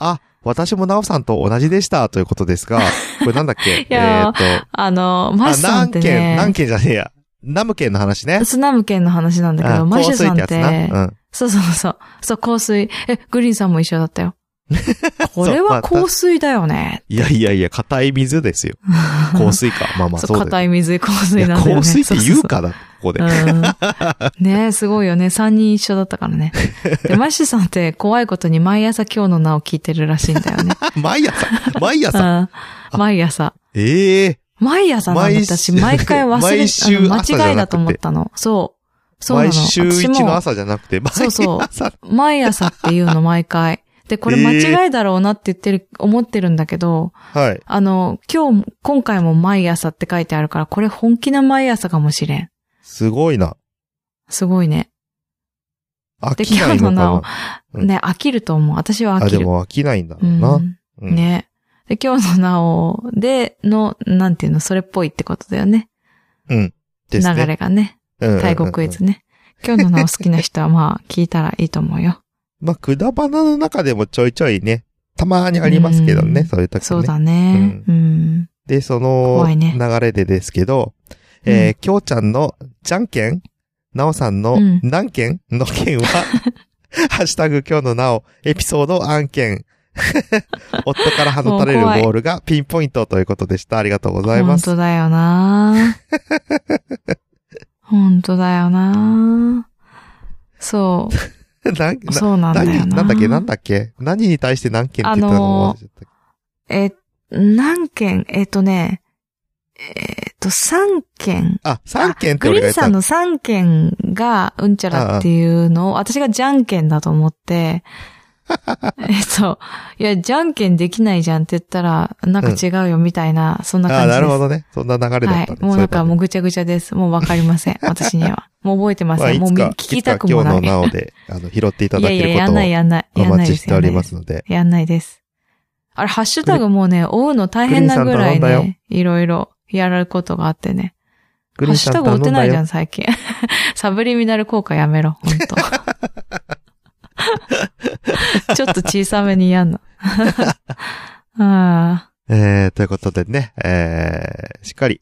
Speaker 1: あ、私もなおさんと同じでした、ということです が、これなんだっけえ
Speaker 2: や
Speaker 1: ーっと、
Speaker 2: あの、マ
Speaker 1: あ、
Speaker 2: シュさんっ
Speaker 1: 何
Speaker 2: て
Speaker 1: 件、何
Speaker 2: ね、
Speaker 1: 件じゃねえや。ナム県の話ね。
Speaker 2: スナム県の話なんだけ
Speaker 1: う
Speaker 2: ど、
Speaker 1: ん
Speaker 2: マシュさんっ
Speaker 1: 香水って
Speaker 2: て
Speaker 1: やつ、なうん。
Speaker 2: そうそうそう、そう、香水、え、グリーンさんも一緒だっ たよ。これは
Speaker 1: そうまあ
Speaker 2: 香水だよね。
Speaker 1: いやいやいや、硬い水です よ。香水か。まあまあ、
Speaker 2: そ
Speaker 1: そううだよ
Speaker 2: 硬い水香水
Speaker 1: い
Speaker 2: な
Speaker 1: や、
Speaker 2: んだよね。
Speaker 1: 香水って言うかだ、ここで。
Speaker 2: そうそうそう。うん、ねすごいよね。3人一緒だったからね。 で、マシュさんって怖いことに毎朝今日の名を聞いてるらしいんだよね。
Speaker 1: 毎朝、毎
Speaker 2: う
Speaker 1: 朝。
Speaker 2: ん、毎朝。
Speaker 1: ええ
Speaker 2: 毎朝なんだったし、
Speaker 1: 毎
Speaker 2: 毎回忘れ、
Speaker 1: 毎週
Speaker 2: あの
Speaker 1: 朝じゃなくて
Speaker 2: 間違いだと思ったの。そう。そうなの。
Speaker 1: 毎週一
Speaker 2: 私も
Speaker 1: の朝じゃなくて、毎朝。
Speaker 2: そうそう毎朝っていうの、毎回。で、これ
Speaker 1: えー
Speaker 2: 間違いだろうなって言ってる、思ってるんだけど、
Speaker 1: はい。
Speaker 2: あの、今日、今回も毎朝って書いてあるから、これ本気な毎朝かもしれん。
Speaker 1: すごいな。
Speaker 2: すごいね。
Speaker 1: 飽
Speaker 2: で、
Speaker 1: きな
Speaker 2: 今
Speaker 1: い
Speaker 2: 日
Speaker 1: の
Speaker 2: の
Speaker 1: か
Speaker 2: な
Speaker 1: な
Speaker 2: お。、ね、飽きると思う。私は飽
Speaker 1: あ、
Speaker 2: き
Speaker 1: で
Speaker 2: る。
Speaker 1: も飽きないんだろ
Speaker 2: う
Speaker 1: うんな。うん。
Speaker 2: ね。で、今日のなおで、の、なんていうの、それっぽいってことだよね。
Speaker 1: うん。です
Speaker 2: 流
Speaker 1: ね。
Speaker 2: れがね。
Speaker 1: うん
Speaker 2: タイ語クイ。ズね。今日のなお好きな人は、まあ、聞いたらいいと思うよ。
Speaker 1: まあ、くだばなの中でもちょいちょいね、たまにありますけど
Speaker 2: う
Speaker 1: ね、
Speaker 2: ん
Speaker 1: そういう時
Speaker 2: そう
Speaker 1: ね。
Speaker 2: だね。うん。
Speaker 1: で、その
Speaker 2: 怖いね
Speaker 1: 流れでですけど、えー、きょうちゃんのじゃんけん、なおさんの
Speaker 2: うん
Speaker 1: 何件の 件は、ハッシュタグ今日のなお、エピソード案 件。夫から放たれる
Speaker 2: もう
Speaker 1: ボ
Speaker 2: 怖い
Speaker 1: ールがピンポイントということでした。ありがとうございま
Speaker 2: 本
Speaker 1: す
Speaker 2: 当。だ よな本当だよなそ
Speaker 1: な
Speaker 2: う、
Speaker 1: な
Speaker 2: そうなんだよ
Speaker 1: 何
Speaker 2: な
Speaker 1: なんだっけなんだっけ何に対して何件って言ったの
Speaker 2: あのー
Speaker 1: 忘れちゃった
Speaker 2: え、何件えっ、とね、えっ、と、3件。
Speaker 1: あ、3件って
Speaker 2: グリ
Speaker 1: 俺
Speaker 2: ー
Speaker 1: が言
Speaker 2: ン
Speaker 1: っ
Speaker 2: さ
Speaker 1: た
Speaker 2: ん
Speaker 1: の。
Speaker 2: の3件がうんちゃらっていうのを、私がじゃんけんだと 思って、えっと、いや、じゃんけんできないじゃんって言ったら、なんか違うよみたいな、そんな感
Speaker 1: あ、
Speaker 2: じです。
Speaker 1: なるほどね。そんな流れだ
Speaker 2: は
Speaker 1: っ
Speaker 2: い
Speaker 1: たね。。
Speaker 2: もうなんか
Speaker 1: そいえばね
Speaker 2: もうぐちゃぐちゃです。もうわかりま せん。私には。もう覚えてま
Speaker 1: まあ、
Speaker 2: せん。
Speaker 1: い
Speaker 2: もう
Speaker 1: つ
Speaker 2: み
Speaker 1: か、
Speaker 2: 聞きた
Speaker 1: いつか
Speaker 2: くも
Speaker 1: 今
Speaker 2: ない。
Speaker 1: 日のなおで、あの、拾っていた
Speaker 2: い
Speaker 1: だ
Speaker 2: やい
Speaker 1: け
Speaker 2: や、
Speaker 1: るこ
Speaker 2: や
Speaker 1: と
Speaker 2: んない、
Speaker 1: を
Speaker 2: やんない。
Speaker 1: お
Speaker 2: やんな
Speaker 1: 待
Speaker 2: い
Speaker 1: ち
Speaker 2: で
Speaker 1: し
Speaker 2: す。
Speaker 1: ておりますので。
Speaker 2: やんないです。あれ、ハッシュタグもうね、追うの大変なぐらい
Speaker 1: グリーンさん頼ん
Speaker 2: ね、いろいろやることがあってね。
Speaker 1: グリー
Speaker 2: ハッ
Speaker 1: ン
Speaker 2: シ
Speaker 1: さ
Speaker 2: ュ
Speaker 1: ん
Speaker 2: タグ
Speaker 1: 頼
Speaker 2: 追っ
Speaker 1: ん
Speaker 2: てな
Speaker 1: だ
Speaker 2: いじゃ
Speaker 1: よ。
Speaker 2: ん、最近。 サブリミナル効果やめろ、ほんと。 ちょっと小さめにやんの。 あ
Speaker 1: えー、ということでね、えー、しっかり、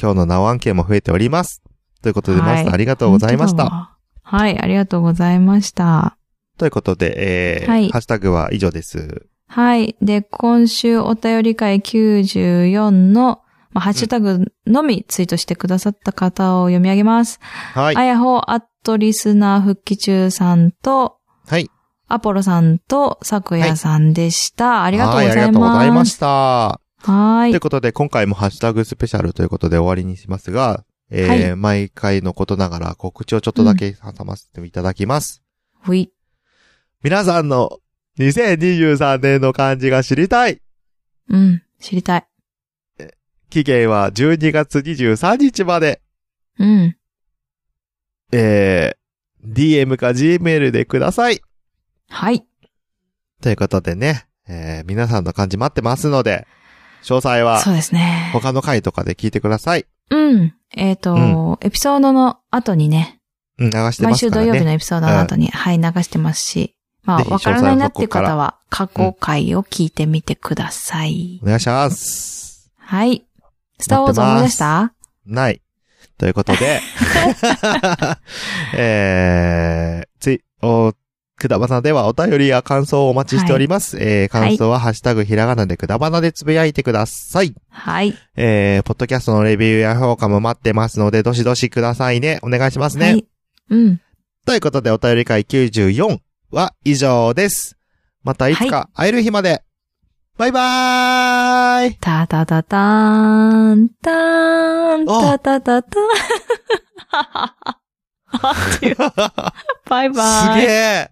Speaker 1: 今日のなお案件も増えております。ということで、
Speaker 2: はい
Speaker 1: マスターありが
Speaker 2: あ。
Speaker 1: とうございまし
Speaker 2: 本当だ
Speaker 1: た。
Speaker 2: わ。はい、ありがとうございました。
Speaker 1: ということで、えー、
Speaker 2: はい
Speaker 1: ハッシュタグは以上です。
Speaker 2: はい。で、今週お便り会94のまあ、ハッシュタグのみツイートしてくださった方を読み上げます。
Speaker 1: はい
Speaker 2: あ。やほアットリスナー復帰中さんと、
Speaker 1: はい。
Speaker 2: アポロさんと、さくやさんでした。ありがとうございます。
Speaker 1: はありがとうございました。
Speaker 2: はー
Speaker 1: とい。
Speaker 2: いう
Speaker 1: ことで、今回もハッシュタグスペシャルということで終わりにしますが、えー
Speaker 2: はい
Speaker 1: 毎回のことながら告知をちょっとだけ挟ませていただきます。
Speaker 2: ほい。
Speaker 1: 皆さんの2023年の漢字が知りたい
Speaker 2: うん。知りたい。
Speaker 1: 期限は12月23日まで、
Speaker 2: うん。
Speaker 1: えー、DM か Gmail でください。
Speaker 2: はい。
Speaker 1: ということでね、えー、皆さんの漢字待ってますので、詳細は
Speaker 2: そうですね。
Speaker 1: 他の回とかで聞いてください。
Speaker 2: うん。えっ、と、
Speaker 1: う
Speaker 2: エピソードの後にね、
Speaker 1: うん、流してま
Speaker 2: 毎
Speaker 1: す
Speaker 2: 週
Speaker 1: か
Speaker 2: 土
Speaker 1: らね。
Speaker 2: 曜日のエピソードの後に、はい、流してますし、まあ
Speaker 1: ぜ、ひ
Speaker 2: わからないなっていう
Speaker 1: 詳細
Speaker 2: 方は、過去回を聞いてみてください。
Speaker 1: お願いします。
Speaker 2: はい。スターウォーズ思い出した
Speaker 1: ない。ということ で、 えー、ツイ、お、くだばなではお便りや感想をお待ちしております。えー、感想ははハッシュタグひらがなでくだばなでつぶやいてください。
Speaker 2: はい。
Speaker 1: えー、ポッドキャストのレビューや評価も待ってますので、どしどしくださいね。お願いしますね。
Speaker 2: はい。うん。
Speaker 1: ということで、お便り会94は以上です。またいつか会える日まで。バイバーイ
Speaker 2: たたたたーん、たーん、たたたたーん。 あっていうバイバ
Speaker 1: すげ
Speaker 2: イ。
Speaker 1: え
Speaker 2: げえ。